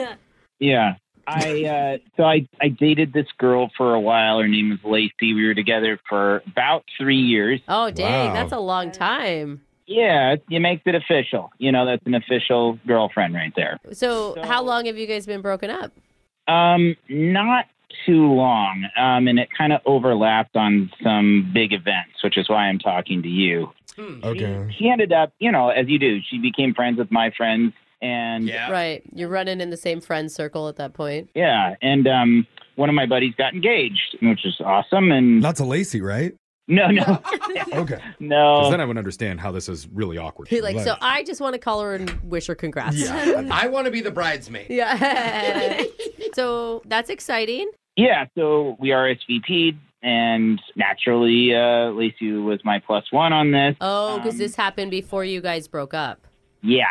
Speaker 12: Yeah. I uh, so I, I dated this girl for a while. Her name was Lacey. We were together for about three years.
Speaker 3: Oh, dang. That's a long time.
Speaker 12: yeah. It makes it official. You know, that's an official girlfriend right there.
Speaker 3: So, how long have you guys been broken up?
Speaker 12: Um, not too long. Um, and it kind of overlapped on some big events, which is why I'm talking to you.
Speaker 3: Hmm.
Speaker 4: Okay.
Speaker 12: She ended up, you know, as you do, she became friends with my friends, and
Speaker 3: Right. You're running in the same friend circle at that point.
Speaker 12: Yeah, and um, one of my buddies got engaged, which is awesome. And
Speaker 4: not to Lacey, right?
Speaker 12: No, Oh,
Speaker 3: <laughs>
Speaker 12: no.
Speaker 4: okay.
Speaker 12: No.
Speaker 4: 'Cause then I would understand how this is really awkward.
Speaker 3: He like, <laughs> so I just want to call her and wish her congrats.
Speaker 12: Yeah.
Speaker 5: I want to be the bridesmaid.
Speaker 3: <laughs> Yeah. so that's exciting.
Speaker 12: Yeah, so we are SVP'd, and naturally, uh, Lacey was my plus one on this. Um,
Speaker 3: Oh,
Speaker 4: Um,
Speaker 3: because this happened before you guys broke up.
Speaker 12: Yeah.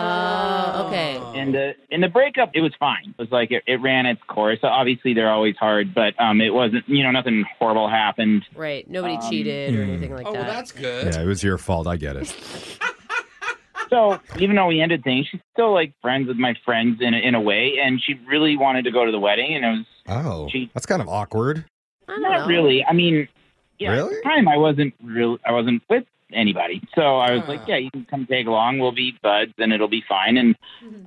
Speaker 3: Oh, okay.
Speaker 12: And the and the breakup, it was fine. It was like it, it ran its course. Obviously, they're always hard, but um, it wasn't. You know, nothing horrible happened.
Speaker 3: Right. Nobody
Speaker 12: Um,
Speaker 3: cheated or
Speaker 12: hmm.
Speaker 3: anything like
Speaker 12: Oh,
Speaker 3: that.
Speaker 12: well,
Speaker 5: that's good.
Speaker 4: Yeah, it was your fault. I get it.
Speaker 3: <laughs>
Speaker 12: So even though we ended things, she's still like friends with my friends in a, in a way, and she really wanted to go to the wedding, and it was
Speaker 4: Oh, that's kind of awkward.
Speaker 12: Not really. I mean, yeah, at the time I wasn't real. I wasn't with anybody, so I was like, yeah, you can come tag along. We'll be buds, and it'll be fine. And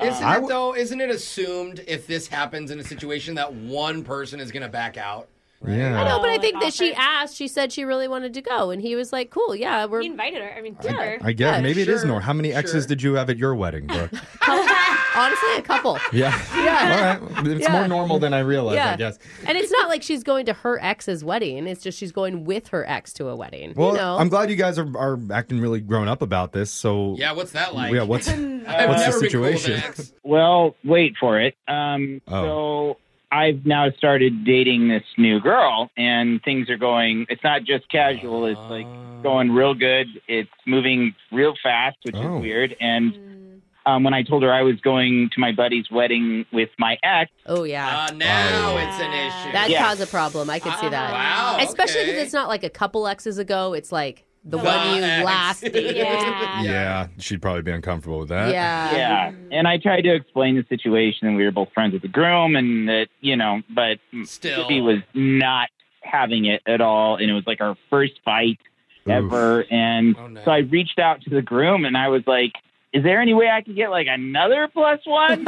Speaker 5: Isn't
Speaker 12: I
Speaker 5: it though? Isn't it assumed if this happens in a situation that one person is going to back out?
Speaker 3: I know, but I think that she asked. She said she really wanted to go, and he was like, "Cool, yeah, we're." He invited her. I mean, yeah,
Speaker 4: I guess
Speaker 3: yeah,
Speaker 4: maybe it is
Speaker 3: sure.
Speaker 4: Nor. How many exes did you have at your wedding, Brooke?
Speaker 3: <laughs> Honestly, a couple.
Speaker 4: yeah.
Speaker 3: Yeah.
Speaker 4: All right. It's
Speaker 3: Yeah.
Speaker 4: more normal than I realized, I guess.
Speaker 3: And it's not like she's going to her ex's wedding. It's just she's going with her ex to a wedding.
Speaker 4: Well,
Speaker 3: you know?
Speaker 4: I'm glad you guys are, are acting really grown up about this. So
Speaker 5: Yeah, what's that like?
Speaker 4: Yeah, what's
Speaker 5: I've
Speaker 4: what's the
Speaker 5: never been cool with
Speaker 4: situation?
Speaker 5: an
Speaker 12: <laughs> well, wait for it. Um,
Speaker 5: Oh.
Speaker 12: So I've now started dating this new girl, and things are going. It's not just casual. It's like
Speaker 4: Uh.
Speaker 12: going real good. It's moving real fast, which
Speaker 13: Oh.
Speaker 12: is weird. And um, when I told her I was going to my buddy's wedding with my ex,
Speaker 3: oh yeah.
Speaker 5: Uh, now it's an issue. Ah,
Speaker 3: That
Speaker 12: Yeah.
Speaker 3: caused a problem.
Speaker 5: <laughs>
Speaker 3: I could see that.
Speaker 5: wow,
Speaker 3: Especially
Speaker 5: okay.
Speaker 3: because it's not like a couple exes ago. It's like the
Speaker 5: The
Speaker 3: one you
Speaker 5: ex. <laughs>
Speaker 3: last dated.
Speaker 4: Yeah. she'd probably be uncomfortable with that.
Speaker 3: Yeah.
Speaker 12: Yeah. And I tried to explain the situation, and we were both friends with the groom, and that, you know, but
Speaker 5: Still.
Speaker 12: she was not having it at all. And it was like our first fight ever. And so I reached out to the groom, and I was like, is there any way I could get like another plus one?
Speaker 3: <laughs>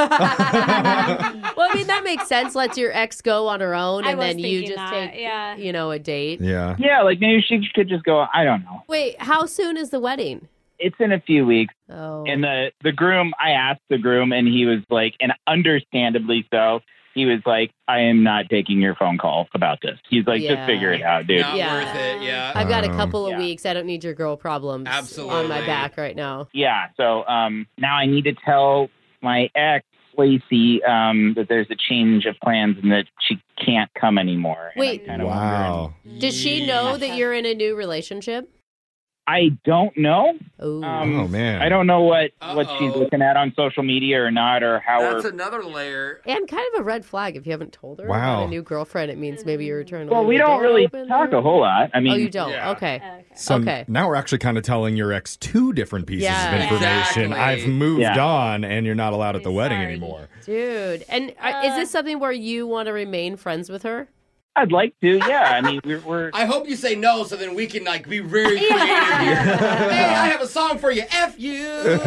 Speaker 3: Well, I mean that makes sense. Lets your ex go on her own,
Speaker 6: I
Speaker 3: and
Speaker 6: was
Speaker 3: then you
Speaker 6: thinking
Speaker 3: just
Speaker 6: that,
Speaker 3: take, you know, a date.
Speaker 4: <laughs> yeah.
Speaker 12: Yeah. Like maybe she could just go, I don't know.
Speaker 3: Wait, how soon is the wedding?
Speaker 12: It's in a few weeks.
Speaker 3: Oh.
Speaker 12: And the, the groom, I asked the groom, and he was like, and understandably so, he was like, I am not taking your phone call about this. He's like,
Speaker 3: Yeah.
Speaker 12: just figure it out, dude.
Speaker 3: Not Yeah. worth
Speaker 5: it, yeah.
Speaker 3: I've got a
Speaker 12: Um,
Speaker 3: couple of weeks. I don't need your girl problems on my
Speaker 12: Absolutely.
Speaker 3: back right now.
Speaker 12: Yeah. So um, now I need to tell my ex, Lacey, um, that there's a change of plans and that she can't come anymore. And
Speaker 3: Wait,
Speaker 12: I'm wondering-
Speaker 3: does she know that you're in a new relationship?
Speaker 12: I don't know.
Speaker 4: Oh, man.
Speaker 12: um, I don't know what, what she's looking at on social media or not or how
Speaker 5: That's
Speaker 12: we're-
Speaker 5: another layer.
Speaker 3: And kind of a red flag if you haven't told her.
Speaker 12: Wow.
Speaker 3: about A new girlfriend. It means maybe you're trying to.
Speaker 12: Well,
Speaker 3: leave
Speaker 12: we
Speaker 3: the
Speaker 12: don't
Speaker 3: door
Speaker 12: really
Speaker 3: open
Speaker 12: talk
Speaker 3: there.
Speaker 12: a whole lot. I mean,
Speaker 3: oh, you don't. Okay.
Speaker 4: So
Speaker 3: okay.
Speaker 4: now we're actually kind of telling your ex two different pieces
Speaker 3: Yeah.
Speaker 4: of information.
Speaker 5: Exactly.
Speaker 4: I've moved
Speaker 5: Yeah.
Speaker 4: on, and you're not allowed at the wedding anymore.
Speaker 3: Dude, and uh, is this something where you want to remain friends with her?
Speaker 12: I'd like to. Yeah. I mean, we're. we're
Speaker 5: I hope you say no, so then we can like be really creative here. hey, I have a song for you. F you. Get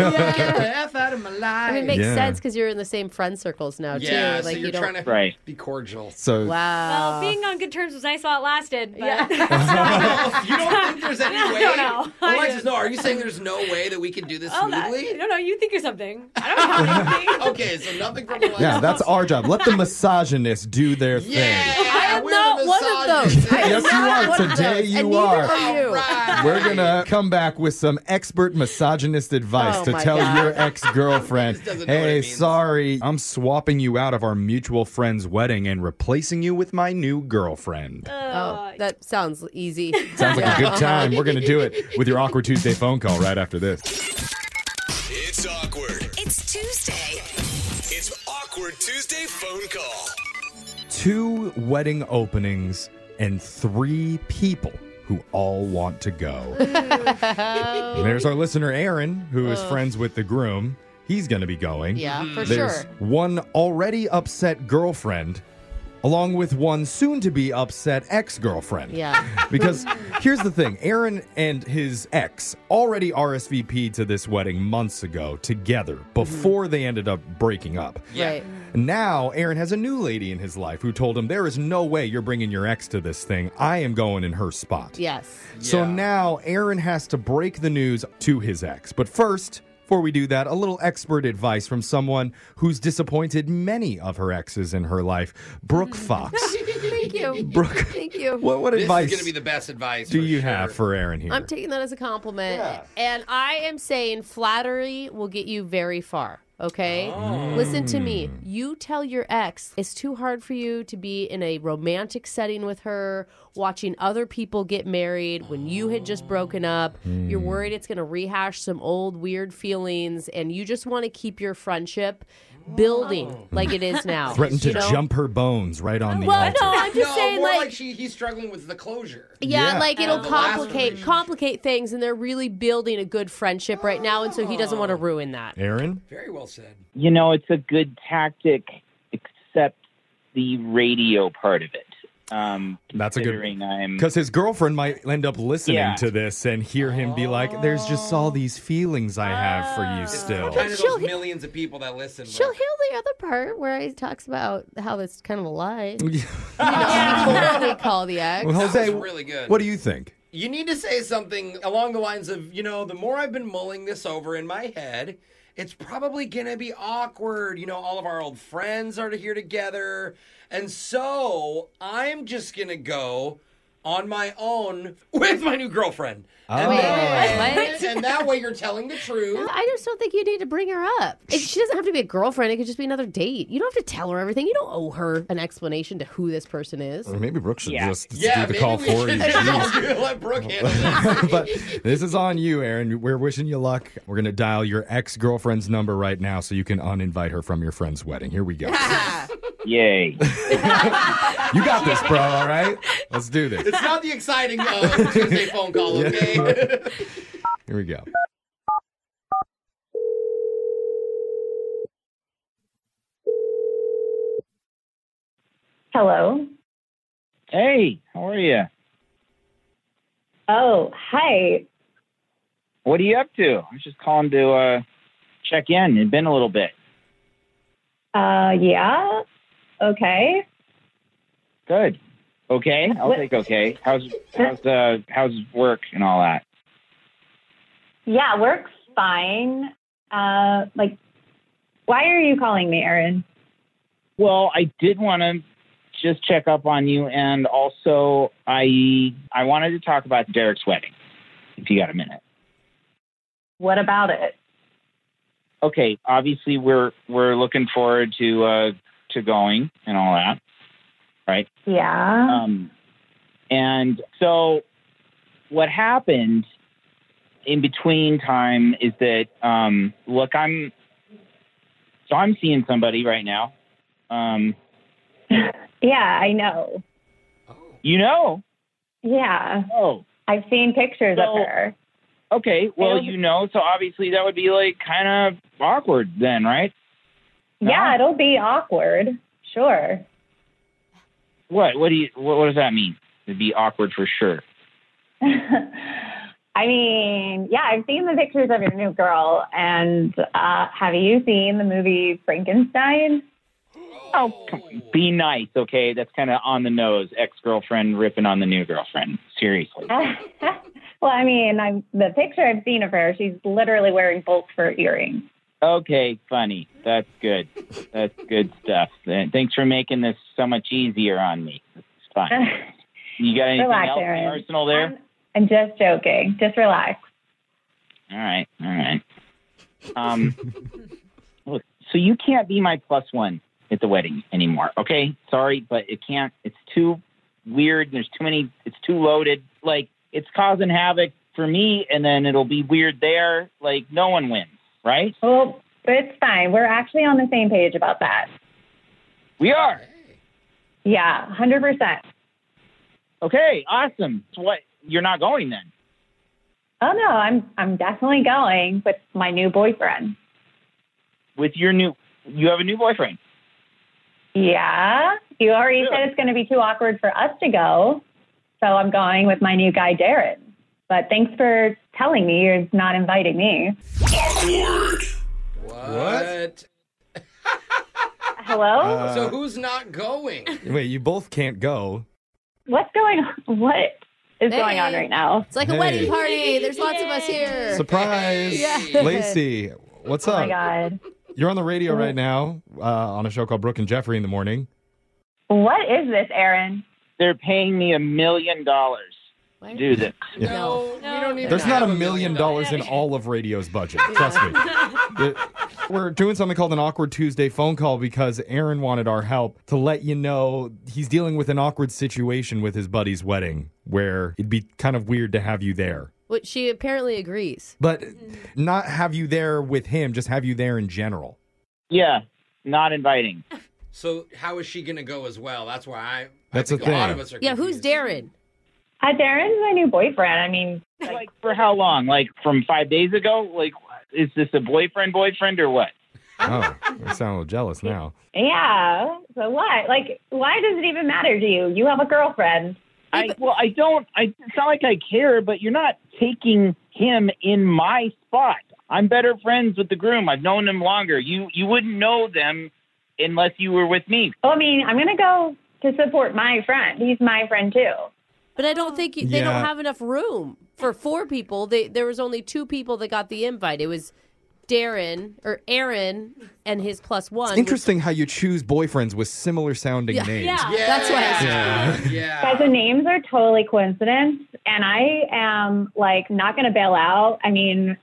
Speaker 5: the F out of my life.
Speaker 3: I mean, it makes
Speaker 4: Yeah.
Speaker 3: sense because you're in the same friend circles now
Speaker 5: Yeah,
Speaker 3: too.
Speaker 5: so
Speaker 3: Like
Speaker 5: you're
Speaker 3: you don't.
Speaker 5: trying to
Speaker 12: Right.
Speaker 5: be cordial.
Speaker 4: So
Speaker 3: Wow.
Speaker 6: Well, being on good terms was nice while it lasted, but <laughs>
Speaker 5: you don't think there's any
Speaker 6: I
Speaker 5: way?
Speaker 6: don't know.
Speaker 5: Alexis, no, are you saying there's no way that we can do this
Speaker 6: Oh, that-
Speaker 5: smoothly?
Speaker 6: no, no, you think of something. <laughs>
Speaker 5: okay, so nothing from Alexis.
Speaker 4: Yeah, that's our job. Let the misogynist do their thing.
Speaker 5: I
Speaker 3: am not one of those. I am
Speaker 4: Yes, you
Speaker 3: not
Speaker 4: are.
Speaker 3: one of
Speaker 4: Today
Speaker 3: those,
Speaker 4: you
Speaker 3: and neither
Speaker 4: are.
Speaker 3: you.
Speaker 4: We're
Speaker 12: <laughs>
Speaker 4: gonna come back with some expert misogynist advice
Speaker 3: Oh
Speaker 4: to
Speaker 3: my
Speaker 4: tell
Speaker 3: God.
Speaker 4: your ex
Speaker 3: <laughs>
Speaker 4: girlfriend,
Speaker 5: doesn't know what
Speaker 4: "Hey, sorry, I'm swapping you out of our mutual friend's wedding and replacing you with my new girlfriend."
Speaker 12: Uh,
Speaker 3: Oh, that sounds easy.
Speaker 4: Sounds like
Speaker 3: <laughs>
Speaker 4: a
Speaker 3: Yeah.
Speaker 4: good time. We're gonna do it with your awkward Tuesday phone call right after this.
Speaker 9: It's awkward.
Speaker 8: It's Tuesday.
Speaker 9: It's awkward Tuesday phone call.
Speaker 4: Two wedding openings and three people who all want
Speaker 3: <laughs>
Speaker 4: to go. And There's our listener Aaron, who is
Speaker 3: Ugh.
Speaker 4: friends with the groom. He's going to be going.
Speaker 3: Yeah, for
Speaker 4: There's
Speaker 3: sure.
Speaker 4: One already upset girlfriend, along with one soon to be upset ex girlfriend.
Speaker 3: Yeah.
Speaker 4: <laughs> Because here's the thing Aaron and his ex already RSVP'd to this wedding months ago together
Speaker 3: Mm-hmm.
Speaker 4: before they ended up breaking up.
Speaker 3: Right.
Speaker 4: Now, Aaron has a new lady in his life who told him, There is no way you're bringing your ex to this thing. I am going in her spot.
Speaker 3: Yes.
Speaker 4: So now Aaron has to break the news to his ex. But first, Before we do that, a little expert advice from someone who's disappointed many of her exes in her life, Brooke
Speaker 5: <laughs>
Speaker 4: Fox.
Speaker 3: Thank you.
Speaker 4: <laughs> Brooke,
Speaker 3: Thank you.
Speaker 4: what, what
Speaker 5: this
Speaker 4: advice
Speaker 5: is going to be the best advice.
Speaker 4: do you have for Aaron here?
Speaker 3: I'm taking that as a compliment. And I am saying flattery will get you very far. Okay? Listen to me. You tell your ex it's too hard for you to be in a romantic setting with her, watching other people get married when you had just broken up. You're worried it's going to rehash some old weird feelings, and you just want to keep your friendship building like it is now.
Speaker 4: Threatened to
Speaker 3: you know?
Speaker 4: jump her bones right on the altar.
Speaker 5: no, more like, she, he's struggling with the closure.
Speaker 3: Yeah,
Speaker 4: Yeah.
Speaker 3: like it'll
Speaker 5: Of the last
Speaker 3: complicate complicate things, and they're really building a good friendship right now, and so he doesn't
Speaker 5: Oh.
Speaker 3: want to ruin that.
Speaker 4: Aaron?
Speaker 5: Very well said.
Speaker 12: You know, it's a good tactic, except the radio part of it. Um,
Speaker 4: That's a good-
Speaker 12: considering I'm
Speaker 4: Because his girlfriend might end up listening
Speaker 12: Yeah.
Speaker 4: to this and hear him be like, "There's just all these feelings I have for you still."
Speaker 5: Kind of those millions of people that listen.
Speaker 3: She'll heal the other part where he talks about how it's kind of a
Speaker 4: <laughs>
Speaker 3: lie. <laughs> you know, before we call the ex.
Speaker 4: Well, Jose,
Speaker 5: That was really good.
Speaker 4: what do you think?
Speaker 5: You need to say something along the lines of, you know, the more I've been mulling this over in my head, it's probably going to be awkward. You know, all of our old friends are here together. And so I'm just going to go on my own with my new girlfriend. And,
Speaker 4: Oh.
Speaker 3: Wait,
Speaker 5: then-
Speaker 3: wait, what?
Speaker 5: and that way you're telling the truth.
Speaker 3: I just don't think you need to bring her up. It- she doesn't have to be a girlfriend. It could just be another date. You don't have to tell her everything. You don't owe her an explanation to who this person is.
Speaker 4: Or maybe Brooke should just do the
Speaker 5: maybe
Speaker 4: call
Speaker 5: we
Speaker 4: for you.
Speaker 5: should
Speaker 4: <laughs> Jeez.
Speaker 5: <laughs> let Brooke handle it.
Speaker 4: but this is on you, Aaron. We're wishing you luck. We're going to dial your ex girlfriend's number right now so you can uninvite her from your friend's wedding. Here we go.
Speaker 12: Yay.
Speaker 4: <laughs> you got this, bro. All right? Let's do this.
Speaker 5: It's not the exciting uh, Tuesday phone call,
Speaker 4: Yeah.
Speaker 5: okay?
Speaker 4: Here we go.
Speaker 13: Hello.
Speaker 12: Hey, how are you?
Speaker 13: Oh, hi.
Speaker 12: What are you up to? I was just calling to uh, check in. It's been a little bit.
Speaker 13: Uh, yeah. Okay.
Speaker 12: Good. Okay, I'll
Speaker 13: What-
Speaker 12: take okay. How's how's uh, how's work and all that?
Speaker 13: Yeah, works fine. Uh, like, why are you calling me, Erin?
Speaker 12: Well, I did want to just check up on you, and also I I wanted to talk about Derek's wedding. If you got a minute.
Speaker 13: What about it?
Speaker 12: Okay, obviously we're we're looking forward to uh, to going and all that, right?
Speaker 13: Yeah.
Speaker 12: Um, and so what happened in between time is that um, look, I'm so I'm seeing somebody right now. Um,
Speaker 13: Yeah, I know.
Speaker 12: you know,
Speaker 13: Yeah.
Speaker 12: Oh.
Speaker 13: I've seen pictures
Speaker 12: So-
Speaker 13: of her.
Speaker 12: Okay, well,
Speaker 13: It'll-
Speaker 12: you know, so obviously that would be like kind of awkward then, right?
Speaker 13: Yeah, it'll be awkward. Sure.
Speaker 12: What? What do you? What, what does that mean? It'd be awkward for sure.
Speaker 13: I mean, yeah, I've seen the pictures of your new girl, and uh, have you seen the movie Frankenstein?
Speaker 12: Oh, come on. be nice, okay? That's kind of on the nose. Ex girlfriend ripping on the new girlfriend. Seriously.
Speaker 13: <laughs> well, I mean, I'm, the picture I've seen of her, she's literally wearing bolts for earrings.
Speaker 12: Okay, funny. That's good. That's good stuff. Th- Thanks for making this so much easier on me. It's fine. You got anything
Speaker 13: relax,
Speaker 12: else in
Speaker 13: Aaron.
Speaker 12: your arsenal there?
Speaker 13: I'm, <laughs> I'm just joking. Just relax.
Speaker 12: All right, all right. Um, <laughs> look, so you can't be my plus one at the wedding anymore. Okay, sorry, but it can't. It's too weird. There's too many. It's too loaded. Like it's causing havoc for me, and then it'll be weird there. Like no one wins, right?
Speaker 13: Well, it's fine. We're actually on the same page about that.
Speaker 12: We are.
Speaker 13: Yeah, 100%.
Speaker 12: Okay, awesome. So what? You're not going then?
Speaker 13: Oh no, I'm I'm definitely going with my new boyfriend.
Speaker 12: With your new? You have a new boyfriend.
Speaker 13: Yeah, you already said it's going to be too awkward for us to go, so I'm going with my new guy Darren. But thanks for telling me you're not inviting me.
Speaker 5: What?
Speaker 13: <laughs> Hello?
Speaker 4: Uh,
Speaker 5: so who's not going?
Speaker 4: Wait, you both can't go.
Speaker 13: What's going on? What is going on right now?
Speaker 3: It's like a
Speaker 4: Hey.
Speaker 3: wedding party. There's lots of us here.
Speaker 4: Surprise.
Speaker 3: Yeah.
Speaker 4: Lacey, What's
Speaker 13: oh
Speaker 4: up?
Speaker 13: my god.
Speaker 4: You're on the radio right now uh, on a show called Brooke and Jeffrey in the morning.
Speaker 13: What is this, Aaron?
Speaker 12: They're paying me a million dollars to do this.
Speaker 3: No,
Speaker 6: no, don't
Speaker 4: There's not a million dollars in all of radio's budget. Trust
Speaker 3: <laughs>
Speaker 4: me. It- We're doing something called an awkward Tuesday phone call because Aaron wanted our help to let you know he's dealing with an awkward situation with his buddy's wedding where it'd be kind of weird to have you there.
Speaker 3: Which she apparently agrees.
Speaker 4: But
Speaker 3: Mm-hmm.
Speaker 4: not have you there with him, just have you there in general.
Speaker 12: Yeah, not inviting.
Speaker 5: So how is she gonna go as well? That's why I.
Speaker 4: That's
Speaker 5: I
Speaker 4: the
Speaker 5: think a lot
Speaker 4: thing.
Speaker 5: of us are.
Speaker 3: Yeah, who's Darren?
Speaker 13: Hi, Uh, Darren's my new boyfriend. I mean,
Speaker 12: <laughs> Like for how long? Like from five days ago? Like is this a boyfriend boyfriend or what?
Speaker 4: Oh, I sound a little jealous now.
Speaker 13: yeah. So what? Like, why does it even matter to you? You have a girlfriend.
Speaker 12: I well I don't I it's not like I care, but you're not taking him in my spot. I'm better friends with the groom. I've known him longer. You you wouldn't know them unless you were with me.
Speaker 13: Well, I mean, I'm gonna go to support my friend. He's my friend too.
Speaker 3: But I don't think you, they
Speaker 12: Yeah.
Speaker 3: don't have enough room for four people. They there was only two people that got the invite. It was Darren or Aaron and his plus one.
Speaker 4: It's
Speaker 3: which-
Speaker 4: interesting how you choose boyfriends with similar sounding
Speaker 3: Yeah.
Speaker 4: names.
Speaker 3: Yeah. That's what I
Speaker 4: Yeah.
Speaker 13: Guys, the names are totally coincidence, and I am like not gonna bail out. I mean,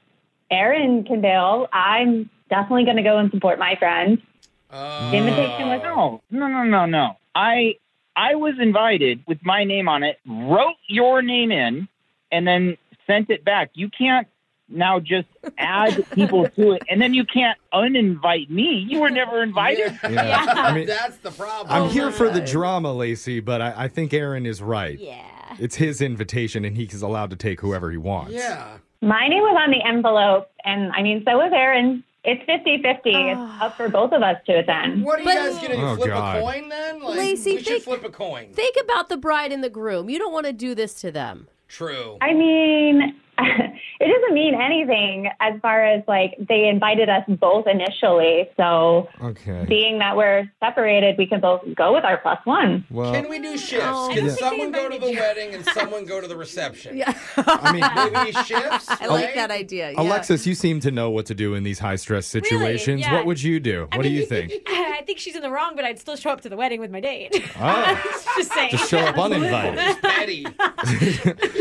Speaker 13: Aaron can bail. I'm definitely gonna go and support my friend.
Speaker 12: The invitation was no, no, no, no, no. I I was invited with my name on it, wrote your name in, and then sent it back. You can't now just add people to it, and then you can't uninvite me. You were never invited.
Speaker 4: Yeah. Yeah. I mean-
Speaker 5: <laughs> That's the problem.
Speaker 4: I'm here for the drama, Lacey, but I, I think Aaron is right. Yeah. It's his invitation, and he's allowed to take whoever he wants.
Speaker 5: Yeah.
Speaker 13: My name was on the envelope, and I mean, so was Aaron. It's 50 50. It's
Speaker 4: Ah.
Speaker 13: up for both of us to attend.
Speaker 5: What are you
Speaker 3: But-
Speaker 5: guys gonna do?
Speaker 4: Oh,
Speaker 5: flip
Speaker 4: God.
Speaker 5: a coin then? Like,
Speaker 3: Lacey,
Speaker 5: we should
Speaker 3: think-
Speaker 5: flip a coin.
Speaker 3: Think about the bride and the groom. You don't want to do this to them.
Speaker 5: True.
Speaker 13: I mean, <laughs> it doesn't mean anything as far as like they invited us both initially. So,
Speaker 4: Okay.
Speaker 13: being that we're separated, we can both go with our plus one.
Speaker 4: Well,
Speaker 5: Can
Speaker 3: <laughs>
Speaker 5: we do shifts?
Speaker 13: No. I
Speaker 5: Can
Speaker 13: don't think
Speaker 5: someone go to the wedding and someone go to the reception? Yeah.
Speaker 4: I mean,
Speaker 5: <laughs> Maybe shifts.
Speaker 3: I like that idea. yeah.
Speaker 4: Alexis, you seem to know what to do in these high stress situations.
Speaker 6: Yeah.
Speaker 4: What would you do? what
Speaker 5: <laughs>
Speaker 4: do you think?
Speaker 6: I think she's in the wrong, but I'd still show up to the wedding with my date.
Speaker 4: Oh.
Speaker 6: <laughs> Just saying.
Speaker 4: Just show up uninvited.
Speaker 5: Betty.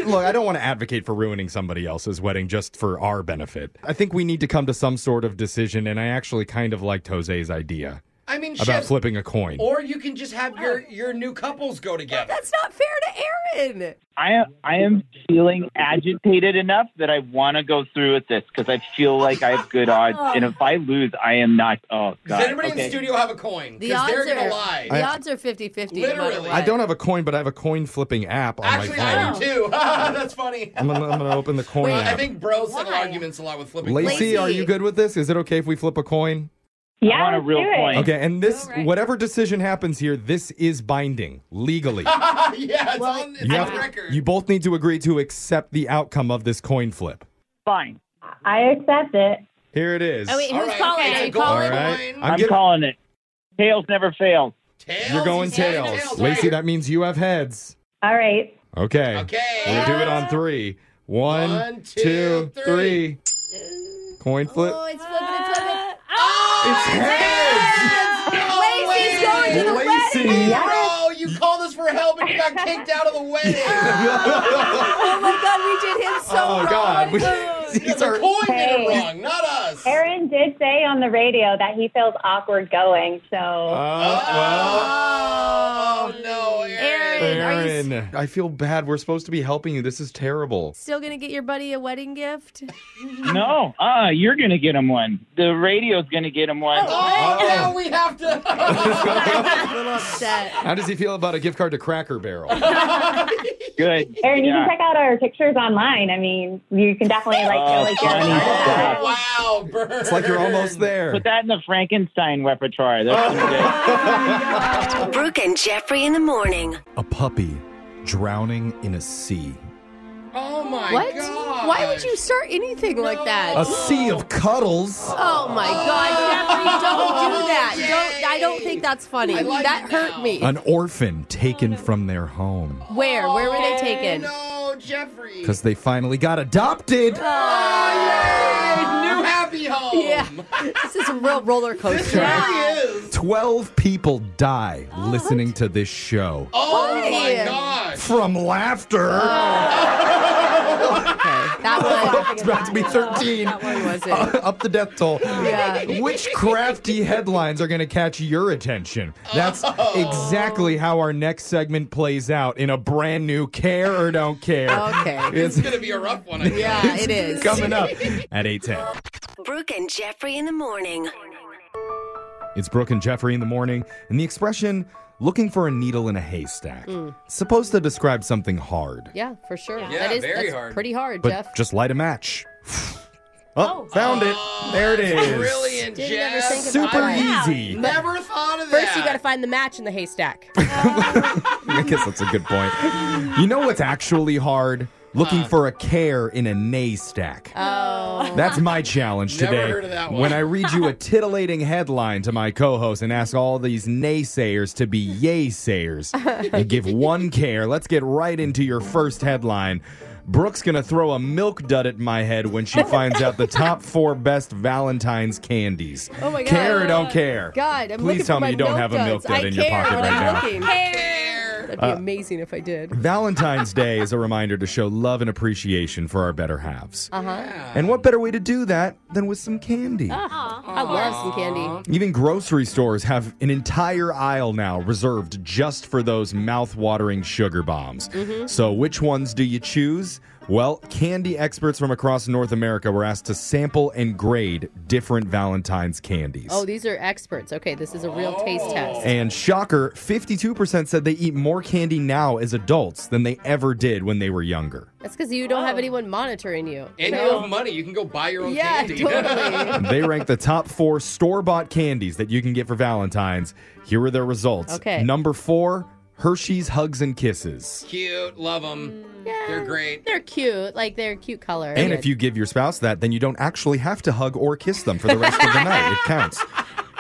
Speaker 4: Look, I don't want to advocate for ruining somebody else's wedding just for our benefit. I think we need to come to some sort of decision, and I actually kind of liked Jose's idea
Speaker 5: I mean,
Speaker 4: about
Speaker 5: shifts.
Speaker 4: flipping a coin.
Speaker 5: Or you can just have your your new couples go together.
Speaker 3: That's not fair to Aaron.
Speaker 12: I am I am feeling agitated enough that I want to go through with this because I feel like I have good odds, and if I lose, I am not. Oh God!
Speaker 5: Does anybody
Speaker 12: okay.
Speaker 5: in the studio have a coin?
Speaker 3: The
Speaker 5: 'Cause
Speaker 3: odds
Speaker 5: they're
Speaker 3: are
Speaker 5: gonna lie.
Speaker 3: the
Speaker 4: I-
Speaker 3: odds are 50-50. no matter
Speaker 5: Literally.
Speaker 3: what.
Speaker 4: I don't have a coin, but I have a coin flipping app on my
Speaker 5: Actually,
Speaker 4: phone.
Speaker 5: I do <laughs> too. That's funny.
Speaker 4: I'm gonna, I'm gonna open the coin.
Speaker 5: I
Speaker 4: app.
Speaker 5: think bros have arguments a lot with flipping.
Speaker 4: Lacey,
Speaker 5: coins.
Speaker 4: are you good with this? Is it okay if we flip a coin?
Speaker 13: Yeah,
Speaker 12: I want a
Speaker 13: let's
Speaker 12: real
Speaker 13: do it.
Speaker 12: coin.
Speaker 4: Okay, and this whatever decision happens here, this is binding
Speaker 13: <laughs>
Speaker 4: legally.
Speaker 5: <laughs> yeah, it's on it's
Speaker 4: You,
Speaker 5: on
Speaker 4: have-
Speaker 5: record.
Speaker 4: you both need to agree to accept the outcome of this coin flip.
Speaker 12: Fine.
Speaker 13: I accept it.
Speaker 4: Here it is.
Speaker 3: Oh, wait, who's
Speaker 5: right,
Speaker 3: calling?
Speaker 5: okay,
Speaker 3: Are you
Speaker 5: go on.
Speaker 3: calling?
Speaker 4: All right,
Speaker 12: I'm, calling it. Tails never fail.
Speaker 4: You're going tails, Lacey. That means you have heads.
Speaker 13: All right.
Speaker 4: Okay.
Speaker 5: Okay.
Speaker 4: We're gonna do it on three. One,
Speaker 5: One,
Speaker 4: two,
Speaker 5: two,
Speaker 4: three. Coin flip.
Speaker 3: Oh, it's flipping, it's flipping.
Speaker 13: Ah!
Speaker 4: it's
Speaker 3: Lacey's going to the
Speaker 4: Lacey.
Speaker 3: wedding.
Speaker 5: Bro, you called us for help and you got kicked out of the wedding.
Speaker 4: <laughs>
Speaker 3: Oh my God, we did him so
Speaker 4: Oh,
Speaker 3: wrong.
Speaker 4: God. We-
Speaker 3: <laughs>
Speaker 5: <laughs> Yeah,
Speaker 4: These
Speaker 5: the
Speaker 4: are
Speaker 5: coin did it
Speaker 13: Hey.
Speaker 5: wrong, not us.
Speaker 13: Aaron did say on the radio that he feels awkward going. So,
Speaker 5: Oh, no, Aaron.
Speaker 3: Aaron, are you
Speaker 4: Aaron, I feel bad. We're supposed to be helping you. This is terrible.
Speaker 3: still gonna get your buddy a wedding gift?
Speaker 12: No, uh, you're gonna get him one. The radio's gonna get him one.
Speaker 5: Oh, now we have to.
Speaker 3: I'm a
Speaker 4: <laughs>
Speaker 3: little upset.
Speaker 4: How does he feel about a gift card to Cracker Barrel?
Speaker 12: Good.
Speaker 13: Aaron, you
Speaker 12: Yeah.
Speaker 13: can check out our pictures online. I mean, you can definitely like feel
Speaker 12: Oh,
Speaker 13: like
Speaker 12: funny
Speaker 13: you're
Speaker 12: stuff.
Speaker 5: <laughs> wow, burn.
Speaker 4: It's like you're almost there. Oh.
Speaker 12: Put that in the Frankenstein repertoire. That's gonna be-
Speaker 8: Brooke and Jeffrey in the morning.
Speaker 4: A puppy drowning in a sea.
Speaker 5: Oh my
Speaker 3: What?
Speaker 5: god.
Speaker 3: Why would you start anything like that?
Speaker 4: A sea of cuddles.
Speaker 3: Oh my God, Jeffrey! Don't do
Speaker 5: <laughs>
Speaker 3: that. Don't. I don't think that's funny.
Speaker 5: like
Speaker 3: that
Speaker 5: it
Speaker 3: hurt
Speaker 5: now.
Speaker 3: me.
Speaker 4: An orphan taken from their home
Speaker 3: Where? Where were they taken?
Speaker 5: No, Jeffrey.
Speaker 4: because they finally got adopted.
Speaker 5: Oh, <laughs> new happy home.
Speaker 3: Yeah. This is a real roller coaster.
Speaker 5: really
Speaker 4: 12 people die listening to this show.
Speaker 5: Oh
Speaker 3: Why?
Speaker 5: my gosh.
Speaker 4: From laughter. <laughs>
Speaker 3: That
Speaker 4: it's about to be 13.
Speaker 3: was it?
Speaker 4: Up the death toll.
Speaker 3: Yeah.
Speaker 4: Which crafty headlines are going to catch your attention? That's
Speaker 3: Oh.
Speaker 4: exactly how our next segment plays out in a brand new Care or Don't Care.
Speaker 8: Okay.
Speaker 4: It's,
Speaker 5: It's gonna be a rough one. I think.
Speaker 8: Yeah, it is.
Speaker 4: Coming up at 810.
Speaker 8: Brooke and Jeffrey in the morning.
Speaker 4: It's Brooke and Jeffrey in the morning, and the expression looking for a needle in a haystack.
Speaker 3: Mm.
Speaker 4: It's supposed to describe something hard,
Speaker 3: Yeah, for sure.
Speaker 5: Yeah,
Speaker 3: that is
Speaker 5: very
Speaker 3: that's
Speaker 5: hard.
Speaker 3: pretty hard,
Speaker 4: but
Speaker 3: Jeff.
Speaker 4: just light a match. <sighs> oh, found it. There it is.
Speaker 5: Brilliant,
Speaker 3: Didn't
Speaker 5: Jeff.
Speaker 3: ever think about
Speaker 4: Super
Speaker 3: that.
Speaker 4: easy.
Speaker 5: Never thought of
Speaker 3: First,
Speaker 5: that.
Speaker 3: you got to find the match in the haystack.
Speaker 4: I guess that's a good point. You know what's actually hard? Looking for a care in a nay stack.
Speaker 3: Oh.
Speaker 4: That's my challenge
Speaker 3: <laughs> Never
Speaker 4: today.
Speaker 3: heard of that one.
Speaker 4: When I
Speaker 3: <laughs>
Speaker 4: read you a titillating headline to my co host and ask all these naysayers to be yay sayers,
Speaker 3: <laughs>
Speaker 4: you give one care. Let's get right into your first headline. Brooke's going to throw a milk dud at my head when she finds out the top four best Valentine's candies.
Speaker 3: Oh my God.
Speaker 4: Care or don't care?
Speaker 3: God, I'm looking
Speaker 4: Please tell
Speaker 3: for
Speaker 4: me
Speaker 3: my
Speaker 4: you don't
Speaker 3: milk
Speaker 4: have a milk
Speaker 3: duds.
Speaker 4: dud
Speaker 3: I
Speaker 4: in your
Speaker 3: care
Speaker 4: pocket
Speaker 3: when
Speaker 4: right
Speaker 3: I'm
Speaker 4: now.
Speaker 3: looking. That'd be
Speaker 4: Uh,
Speaker 3: amazing if I did.
Speaker 4: Valentine's Day is a reminder to show love and appreciation for our better halves.
Speaker 3: Uh huh.
Speaker 4: And what better way to do that than with some candy? Uh-huh.
Speaker 3: I love some candy.
Speaker 4: Even grocery stores have an entire aisle now reserved just for those mouth-watering sugar bombs.
Speaker 3: Mhm.
Speaker 4: So which ones do you choose? Well, candy experts from across North America were asked to sample and grade different Valentine's candies.
Speaker 3: Oh, these are experts. Okay, this is a real taste
Speaker 5: Oh.
Speaker 3: test.
Speaker 4: And shocker, 52% said they eat more candy now as adults than they ever did when they were younger.
Speaker 3: That's because you don't have anyone monitoring you.
Speaker 5: And you have money. You can go buy your own
Speaker 3: Yeah,
Speaker 5: candy.
Speaker 3: totally.
Speaker 4: they rank the top four store bought candies that you can get for Valentine's. Here are their results.
Speaker 5: Okay.
Speaker 4: Number four, Hershey's Hugs and Kisses.
Speaker 5: Cute. <laughs> Love them. They're great.
Speaker 3: They're cute. Like they're cute color.
Speaker 4: and if you give your spouse that, then you don't actually have to hug or kiss them for the rest of the night. It counts.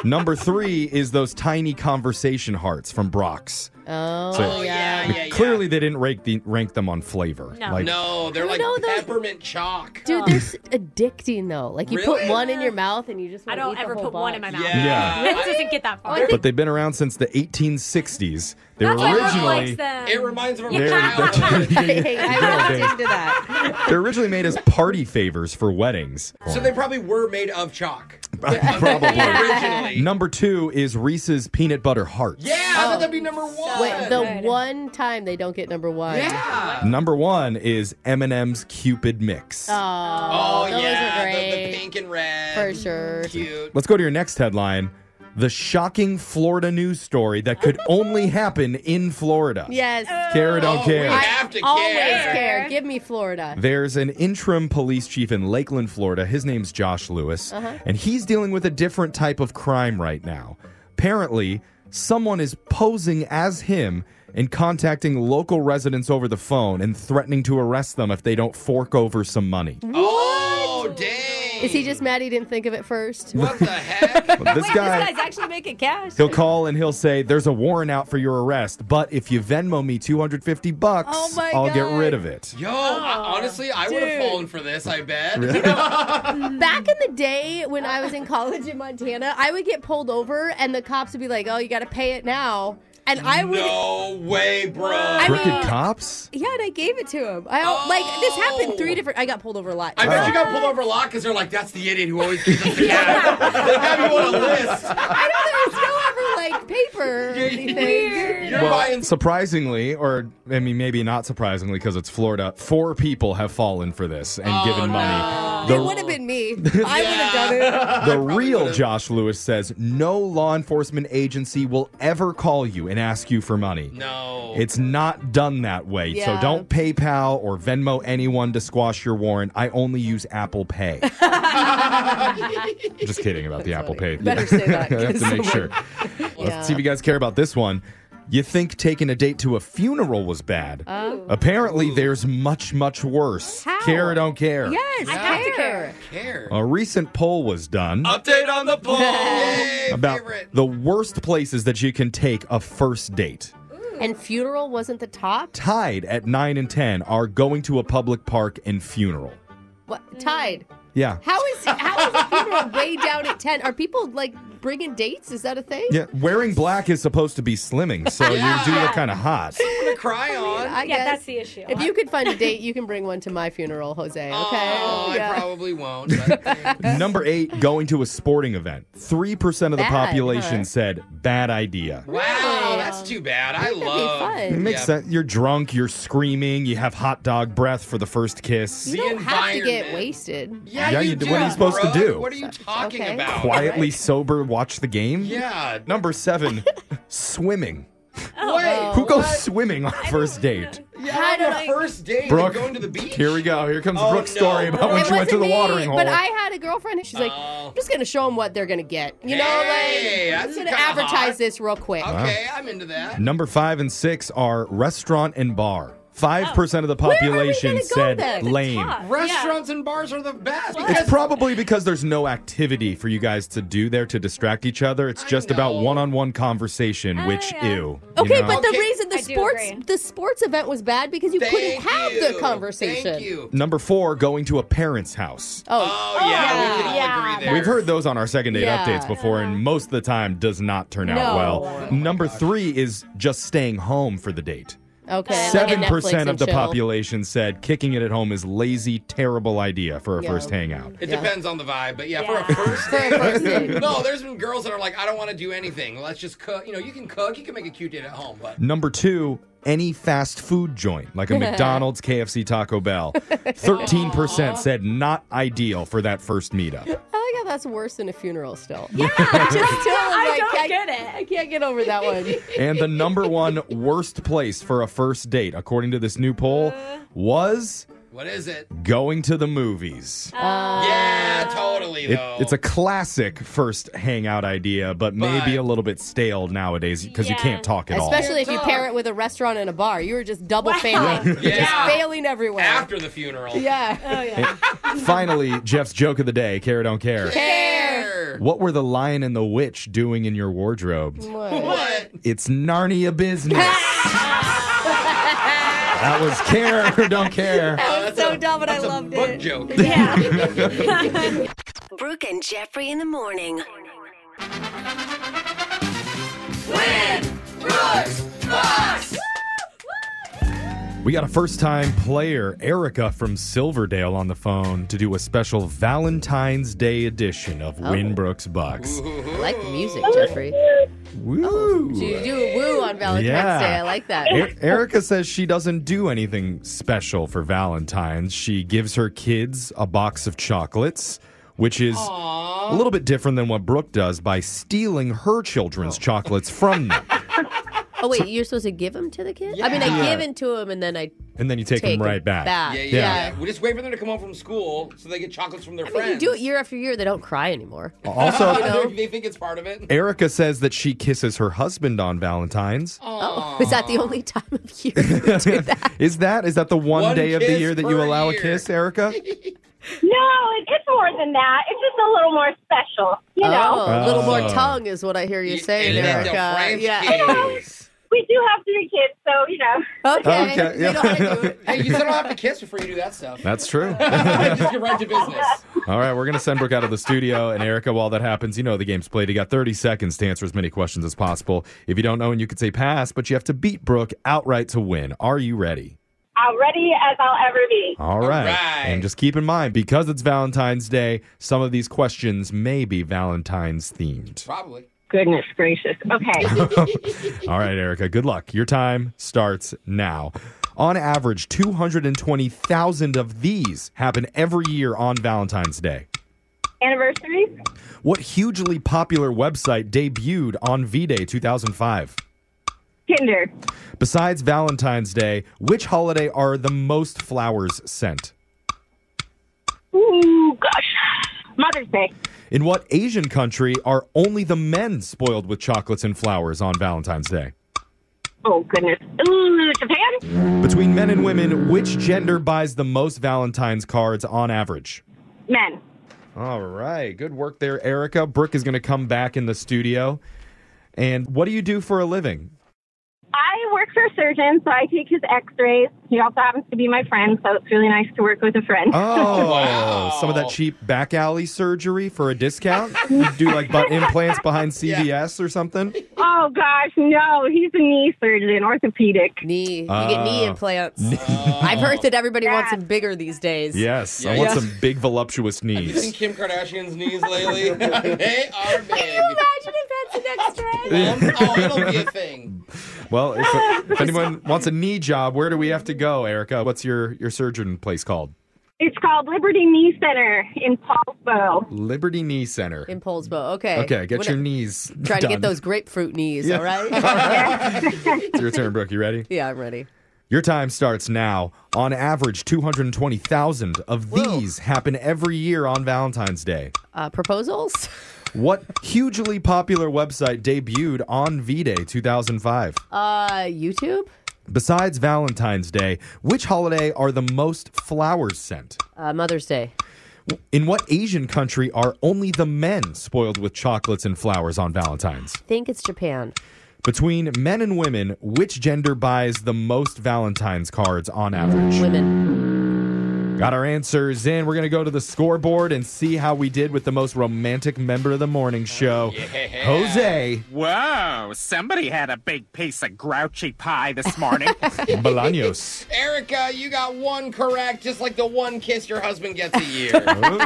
Speaker 4: Number three is those tiny conversation hearts from Brock's.
Speaker 3: Oh, yeah.
Speaker 4: I mean, Clearly, they didn't rank, the, rank them on flavor. Like,
Speaker 5: no, they're like
Speaker 3: know those-
Speaker 5: peppermint chalk.
Speaker 3: Dude,
Speaker 5: <laughs>
Speaker 3: they're s- addicting though. Like you put
Speaker 5: Really?
Speaker 3: one in your mouth and you just.
Speaker 6: I
Speaker 3: wanna
Speaker 6: don't
Speaker 3: eat the
Speaker 6: ever
Speaker 3: whole
Speaker 6: put one in my
Speaker 3: box.
Speaker 6: mouth.
Speaker 4: Yeah.
Speaker 6: It doesn't get that far.
Speaker 4: <laughs> But they've been around since the 1860s. They were
Speaker 6: That's why Brooke
Speaker 4: originally
Speaker 6: likes them.
Speaker 5: It reminds me of
Speaker 4: They're- <laughs>
Speaker 3: Hey, I
Speaker 4: Nailed
Speaker 3: looked
Speaker 4: it.
Speaker 3: into that.
Speaker 4: they're originally made as party favors for weddings.
Speaker 5: So they probably were made of chalk.
Speaker 4: <laughs>
Speaker 5: <laughs>
Speaker 4: Probably.
Speaker 5: Originally.
Speaker 4: Number two is Reese's peanut butter hearts.
Speaker 5: Yeah, I thought that'd be number one.
Speaker 3: Oh, Wait, the one time they don't get number one.
Speaker 5: Yeah.
Speaker 4: Number one is M&M's Cupid mix.
Speaker 3: Oh,
Speaker 5: Oh,
Speaker 3: those
Speaker 5: yeah,
Speaker 3: are
Speaker 5: the- the
Speaker 3: great.
Speaker 5: pink and red.
Speaker 3: For sure.
Speaker 5: Cute.
Speaker 4: Let's go to your next headline. The shocking Florida news story that
Speaker 5: <laughs>
Speaker 4: could only happen in Florida.
Speaker 3: Yes.
Speaker 4: Care or don't Oh, we care.
Speaker 5: have to
Speaker 3: I always
Speaker 5: care.
Speaker 3: care. Give me Florida.
Speaker 4: There's an interim police chief in Lakeland, Florida. His name's Josh Lewis,
Speaker 3: Uh-huh.
Speaker 4: and he's dealing with a different type of crime right now. Apparently, someone is posing as him and contacting local residents over the phone and threatening to arrest them if they don't fork over some money.
Speaker 5: Oh, dang.
Speaker 3: Is he just mad he didn't think of it first?
Speaker 5: What
Speaker 3: <laughs>
Speaker 5: the heck?
Speaker 4: But this guy,
Speaker 6: Guys, actually make it cash.
Speaker 4: <laughs>
Speaker 5: <laughs>
Speaker 4: he'll call and he'll say, "There's a warrant out for your arrest, but if you Venmo me 250 bucks,
Speaker 3: Oh my
Speaker 4: I'll get
Speaker 3: God.
Speaker 4: rid of it."
Speaker 5: Yo, I, honestly, I would have
Speaker 3: dude.
Speaker 5: fallen for this, I bet.
Speaker 4: Really?
Speaker 3: Back in the day when I was in college in Montana, I would get pulled over and the cops would be like, "Oh, you got to pay it now," and I would.
Speaker 5: no way, bro.
Speaker 3: I mean-
Speaker 4: Crooked cops?
Speaker 3: Yeah, and I gave it to him. I don't like this happened three different. I got pulled over a lot.
Speaker 5: Oh. I bet you got pulled over a lot because they're like, that's the idiot who always
Speaker 4: <laughs>
Speaker 5: gives us the cat. they have you on a list.
Speaker 3: I know there was no ever like paper or anything.
Speaker 5: You're
Speaker 4: well,
Speaker 5: buying.
Speaker 4: surprisingly, or I mean, maybe not surprisingly because it's Florida, four people have fallen for this and
Speaker 5: Oh,
Speaker 4: given money.
Speaker 3: It would have been
Speaker 4: <laughs>
Speaker 3: me. Oh, I would have done it.
Speaker 4: the real Josh Lewis says no law enforcement agency will ever call you and ask you for money.
Speaker 5: No.
Speaker 4: It's not done that way. So
Speaker 3: Yeah.
Speaker 4: don't PayPal or Venmo anyone to squash your warrant. I only use Apple Pay. Just kidding about the Apple Pay.
Speaker 3: Better say
Speaker 4: <laughs>
Speaker 3: that,
Speaker 4: I have to
Speaker 3: 'cause-
Speaker 4: make sure.
Speaker 3: Yeah.
Speaker 4: Let's see if you guys care about this one. You think taking a date to a funeral was bad?
Speaker 3: Oh.
Speaker 4: Apparently, there's much, much worse.
Speaker 3: How?
Speaker 4: Care or don't care.
Speaker 3: Yes, I
Speaker 5: have to
Speaker 3: care.
Speaker 5: Care.
Speaker 4: A recent poll was
Speaker 3: <laughs>
Speaker 4: done
Speaker 5: <laughs> Update on the poll. Yay,
Speaker 4: about
Speaker 5: favorite.
Speaker 4: the worst places that you can take a first date.
Speaker 3: And funeral wasn't the top.
Speaker 4: Tied at 9 and 10 are going to a public park and funeral.
Speaker 3: What tied?
Speaker 4: Yeah.
Speaker 3: How is how is a funeral way down at ten? Are people like bringing dates? Is that a thing?
Speaker 4: Yeah, wearing black is supposed to be slimming, so you do
Speaker 3: <laughs>
Speaker 4: look kind of hot.
Speaker 3: to cry on.
Speaker 6: Yeah, that's the issue.
Speaker 3: If you could find a date, you can bring one to my funeral, Jose. Okay.
Speaker 5: Oh,
Speaker 3: Yeah.
Speaker 5: I probably won't.
Speaker 4: Number eight, going to a sporting event. 3% of the
Speaker 5: Bad,
Speaker 4: population
Speaker 5: huh?
Speaker 4: said bad idea.
Speaker 5: Wow, that's too bad. I love.
Speaker 4: It makes sense. You're drunk, you're screaming, you have hot dog breath for the first kiss.
Speaker 3: You don't have to get wasted.
Speaker 5: Yeah,
Speaker 4: Yeah, you you do, do, what are you supposed to bro. do? What
Speaker 5: are you talking
Speaker 3: about?
Speaker 4: Quietly sober, watch the game.
Speaker 5: Yeah.
Speaker 3: <laughs>
Speaker 4: Number seven, swimming.
Speaker 3: Oh,
Speaker 5: Wait,
Speaker 4: Who goes swimming on first date?
Speaker 5: Yeah, on your first date,
Speaker 4: Brooke,
Speaker 5: Brooke, going to the beach.
Speaker 4: here we go. Here comes
Speaker 5: Oh,
Speaker 4: Brooke's
Speaker 5: no,
Speaker 4: story about when
Speaker 3: it
Speaker 4: she went to
Speaker 3: wasn't
Speaker 4: the
Speaker 3: me,
Speaker 4: watering hole.
Speaker 3: But I had a girlfriend. and She's like, I'm just gonna show them what they're gonna get. You know,
Speaker 5: Oh. Hey,
Speaker 3: like I'm
Speaker 5: that's
Speaker 3: just gonna
Speaker 5: kinda
Speaker 3: advertise
Speaker 5: hot.
Speaker 3: this real quick.
Speaker 5: Okay, I'm into that.
Speaker 4: Number five and six are restaurant and
Speaker 3: Oh.
Speaker 4: bar. Five percent of the population said lame.
Speaker 5: Restaurants and bars are the best.
Speaker 4: It's probably because there's no activity for you guys to do there to distract each other. It's just about one-on-one conversation, which ew. you
Speaker 3: Ah, Okay,
Speaker 4: know?
Speaker 3: but the reason the sports the sports event was bad because you couldn't have the conversation. Thank you.
Speaker 4: number four, going to a parent's house.
Speaker 3: Oh,
Speaker 5: yeah,
Speaker 3: we
Speaker 5: can all agree
Speaker 4: We've heard those on our second date
Speaker 3: Yeah.
Speaker 4: updates before, and most of the time does not turn out
Speaker 3: No. Oh
Speaker 4: well. Number three is just staying home for the date.
Speaker 3: Okay.
Speaker 4: Seven
Speaker 3: like a Netflix
Speaker 4: percent
Speaker 3: and
Speaker 4: of the
Speaker 3: chill.
Speaker 4: population said kicking it at home is lazy, terrible idea for a first hangout.
Speaker 5: It depends on the vibe, but yeah, for a first <laughs> date. no, there's been girls that are like, I don't want to do anything. Let's just cook. You know, you can cook. You can make a cute date at home, but
Speaker 4: Number two, any fast food joint
Speaker 3: <laughs>
Speaker 4: like a McDonald's, KFC, Taco Bell. Thirteen percent said not ideal for that first meetup.
Speaker 3: I like how that's worse than a funeral still. <laughs>
Speaker 6: Just
Speaker 3: tell him,
Speaker 6: I
Speaker 3: like,
Speaker 6: don't
Speaker 3: I-
Speaker 6: get it.
Speaker 3: I can't get over that one.
Speaker 4: <laughs> and the number one worst place for a first date, according to this new poll,
Speaker 3: Uh.
Speaker 4: was
Speaker 5: what is it?
Speaker 4: going to the movies.
Speaker 5: Uh, yeah, totally
Speaker 4: It-
Speaker 5: though.
Speaker 4: it's a classic first hangout idea, but, maybe a little bit stale nowadays because you can't talk at all.
Speaker 3: Especially if you pair it with a restaurant and a bar. You were just double failing.
Speaker 4: Yeah.
Speaker 3: Just failing everywhere.
Speaker 5: After the funeral.
Speaker 3: Yeah.
Speaker 4: <laughs>
Speaker 3: Oh, yeah.
Speaker 4: Finally, Jeff's joke of the day, care or don't care.
Speaker 5: <laughs>
Speaker 3: Care.
Speaker 4: What were the lion and the witch doing in your wardrobe?
Speaker 3: What?
Speaker 4: It's Narnia business. that was care or
Speaker 8: <laughs>
Speaker 4: don't care.
Speaker 8: was so dumb, but I loved it.
Speaker 5: joke.
Speaker 8: <laughs> Brooke and Jeffrey in the morning.
Speaker 4: We got a first time player, Erica from Silverdale, on the phone to do a special Valentine's Day edition of Winbrooks Bucks.
Speaker 3: I like the music, Jeffrey.
Speaker 4: Woo!
Speaker 3: Oh, Do you do a woo on Valentine's
Speaker 4: Yeah.
Speaker 3: Day? I like that.
Speaker 4: E- Erica says she doesn't do anything special for Valentine's. She gives her kids a box of chocolates, which is a little bit different than what Brooke does by stealing her children's chocolates
Speaker 3: <laughs>
Speaker 4: from them.
Speaker 3: Oh wait, you're supposed to give them to the kid? I mean, I
Speaker 4: Yeah.
Speaker 3: give them to him and then I.
Speaker 4: And then you take,
Speaker 3: Take
Speaker 4: them right
Speaker 3: them
Speaker 4: back.
Speaker 3: back.
Speaker 5: Yeah, yeah,
Speaker 3: Yeah.
Speaker 5: yeah. We just wait for them to come home from school so they get chocolates from their
Speaker 3: I mean, you
Speaker 5: friends.
Speaker 3: do it year after year. They don't cry anymore.
Speaker 4: <laughs> Also-
Speaker 5: You know,
Speaker 3: You know?
Speaker 5: <laughs> they think it's part of it.
Speaker 4: Erica says that she kisses her husband on Valentine's.
Speaker 3: Oh, is that the only time of year?
Speaker 4: <laughs> Is that is that the one,
Speaker 3: One
Speaker 4: day of the
Speaker 3: kiss
Speaker 4: year that
Speaker 3: per
Speaker 4: you allow
Speaker 3: year.
Speaker 4: a
Speaker 3: <laughs>
Speaker 4: kiss, Erica?
Speaker 14: No, it, it's more than that. It's just a little more special, you know.
Speaker 3: Oh, a little more
Speaker 4: Oh.
Speaker 3: tongue is what I hear you saying,
Speaker 4: and then the
Speaker 3: Erica.
Speaker 5: French
Speaker 3: Yeah.
Speaker 14: <laughs> We do have three kids, so you know.
Speaker 3: Okay.
Speaker 4: Okay, yeah.
Speaker 5: <laughs> Hey, you still don't have to kiss before you do that
Speaker 4: <laughs>
Speaker 5: stuff.
Speaker 4: That's true.
Speaker 5: just get right to business.
Speaker 4: All right, we're going to send Brooke out of the studio. And Erica, while that happens, you know the game's played. You got 30 seconds to answer as many questions as possible. If you don't know, and you could say pass, but you have to beat Brooke outright to win. Are you ready?
Speaker 14: I'm ready as I'll ever be.
Speaker 4: All right. And just keep in mind, because it's Valentine's Day, some of these questions may be Valentine's themed.
Speaker 5: Probably.
Speaker 14: Goodness gracious. Okay.
Speaker 3: <laughs>
Speaker 4: All right, Erica, good luck. Your time starts now. On average, 220,000 of these happen every year on Valentine's Day.
Speaker 14: Anniversary.
Speaker 4: What hugely popular website debuted on V Day 2005?
Speaker 14: Tinder.
Speaker 4: Besides Valentine's Day, which holiday are the most flowers sent?
Speaker 14: Ooh, gosh. Mother's Day.
Speaker 4: In what Asian country are only the men spoiled with chocolates and flowers on Valentine's Day?
Speaker 14: Oh, goodness. Ooh, Japan.
Speaker 4: Between men and women, which gender buys the most Valentine's cards on average?
Speaker 14: Men.
Speaker 4: All right. Good work there, Erica. Brooke is going to come back in the studio. And what do you do for a living?
Speaker 14: I work for a surgeon, so I take his X-rays. He also happens to be my friend, so it's really nice to work with a friend.
Speaker 4: Oh, some of that cheap back alley surgery for
Speaker 3: <laughs>
Speaker 4: a discount? you do like butt implants behind CVS or something?
Speaker 14: Oh gosh, no, he's a knee surgeon, orthopedic.
Speaker 3: Knee. You get knee
Speaker 4: Oh.
Speaker 3: implants. <laughs> I've heard that everybody wants them bigger these days.
Speaker 4: Yes, I
Speaker 3: Yeah.
Speaker 4: want
Speaker 3: Yeah.
Speaker 4: some big voluptuous knees.
Speaker 5: Kim Kardashian's knees lately. <laughs> they are big.
Speaker 3: Can you imagine if that's an extra?
Speaker 5: oh, it'll be a thing.
Speaker 4: Well,
Speaker 3: <laughs>
Speaker 4: if, if anyone wants a knee job, where do we have to go, Erica? What's your your surgeon place called?
Speaker 14: It's called Liberty Knee Center in Paulsboro.
Speaker 4: Liberty Knee Center.
Speaker 3: In Polsbo. Okay.
Speaker 4: Okay, get
Speaker 3: When
Speaker 4: your
Speaker 3: I-
Speaker 4: knees.
Speaker 3: Try to
Speaker 4: done.
Speaker 3: get those grapefruit knees,
Speaker 4: Yeah.
Speaker 3: all right?
Speaker 4: <laughs> It's your turn, Brooke. You ready?
Speaker 3: yeah, I'm ready.
Speaker 4: Your time starts now. On average, 220,000 of these happen every year on Valentine's Day.
Speaker 3: Uh, proposals?
Speaker 4: What hugely popular website debuted on V Day 2005?
Speaker 3: Uh, YouTube?
Speaker 4: Besides Valentine's Day, which holiday are the most flowers sent?
Speaker 3: Uh, Mother's Day.
Speaker 4: In what Asian country are only the men spoiled with chocolates and flowers on Valentine's?
Speaker 3: I think it's Japan.
Speaker 4: Between men and women, which gender buys the most Valentine's cards on average? Women. Got our answers in. We're going to go to the scoreboard and see how we did with the most romantic member of the morning show, Jose
Speaker 15: Whoa, somebody had a big piece of grouchy pie this morning.
Speaker 4: <laughs>
Speaker 15: <laughs>
Speaker 4: Bolaños.
Speaker 5: Erica, you got one correct, just like the one kiss your husband gets a year. <laughs> and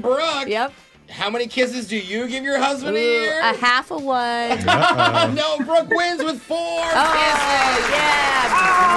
Speaker 5: Brooke.
Speaker 3: Oh, Yep.
Speaker 5: How many kisses do you give your husband a
Speaker 3: Ooh,
Speaker 5: year?
Speaker 3: a half a one.
Speaker 5: Uh-oh. <laughs> No, Brooke wins with four
Speaker 3: kisses. Yeah.
Speaker 4: <laughs>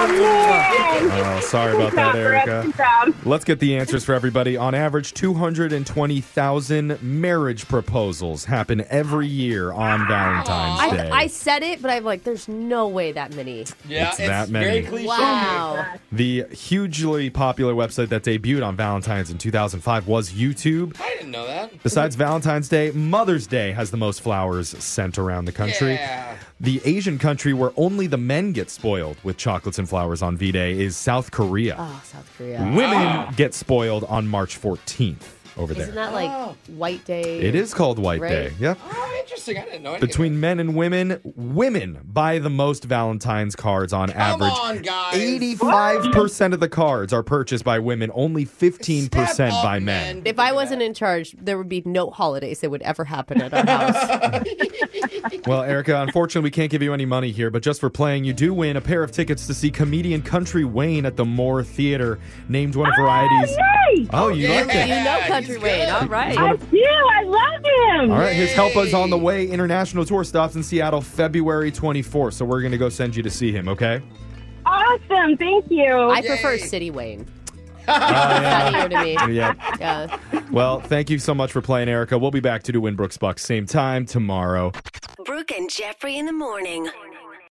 Speaker 4: Oh, sorry about that, Erica. Let's get the answers for everybody. On average, 220,000 marriage proposals happen every year on Valentine's
Speaker 3: I,
Speaker 4: Day.
Speaker 3: I said it, but I'm like, there's no way that many.
Speaker 5: Yeah,
Speaker 4: It's it's that many. very cliche.
Speaker 3: Wow.
Speaker 4: The hugely popular website that debuted on Valentine's in 2005 was YouTube.
Speaker 5: I didn't know that.
Speaker 4: Besides Valentine's Day, Mother's Day has the most flowers sent around the country.
Speaker 5: Yeah.
Speaker 4: The Asian country where only the men get spoiled with chocolates and flowers on V Day is South Korea.
Speaker 3: Oh, South Korea. Ah.
Speaker 4: Women get spoiled on March 14th over there.
Speaker 3: Isn't that like White Day?
Speaker 4: It is called White
Speaker 3: Right?
Speaker 4: Day. Yep.
Speaker 5: Oh, interesting. I didn't know any of
Speaker 4: Between men and women, women buy the most Valentine's cards on
Speaker 5: Come
Speaker 4: average.
Speaker 5: on, guys.
Speaker 4: 85% of the cards are purchased by women, only 15%
Speaker 3: Step up,
Speaker 4: by men.
Speaker 3: If I wasn't in charge, there would be no holidays that would ever happen at our house.
Speaker 4: Well, Erica, unfortunately, we can't give you any money here, but just for playing, you do win a pair of tickets to see comedian Country Wayne at the Moore Theater, named one of Variety's. Oh, you
Speaker 3: Yeah,
Speaker 4: like it?
Speaker 3: You know Country Wayne. All right.
Speaker 4: one
Speaker 14: do. I love him.
Speaker 4: All right, his help is on the way. International tour stops in Seattle February 24th, so we're going to go send you to see him, okay?
Speaker 14: <laughs> Awesome. Thank you.
Speaker 3: I prefer City
Speaker 5: <laughs>
Speaker 3: Wayne. Funnier to me.
Speaker 4: Oh, Yep.
Speaker 3: Yeah.
Speaker 4: Well, thank you so much for playing, Erica. We'll be back to do Winbrooks Bucks same time tomorrow.
Speaker 8: Brooke and Jeffrey in the morning.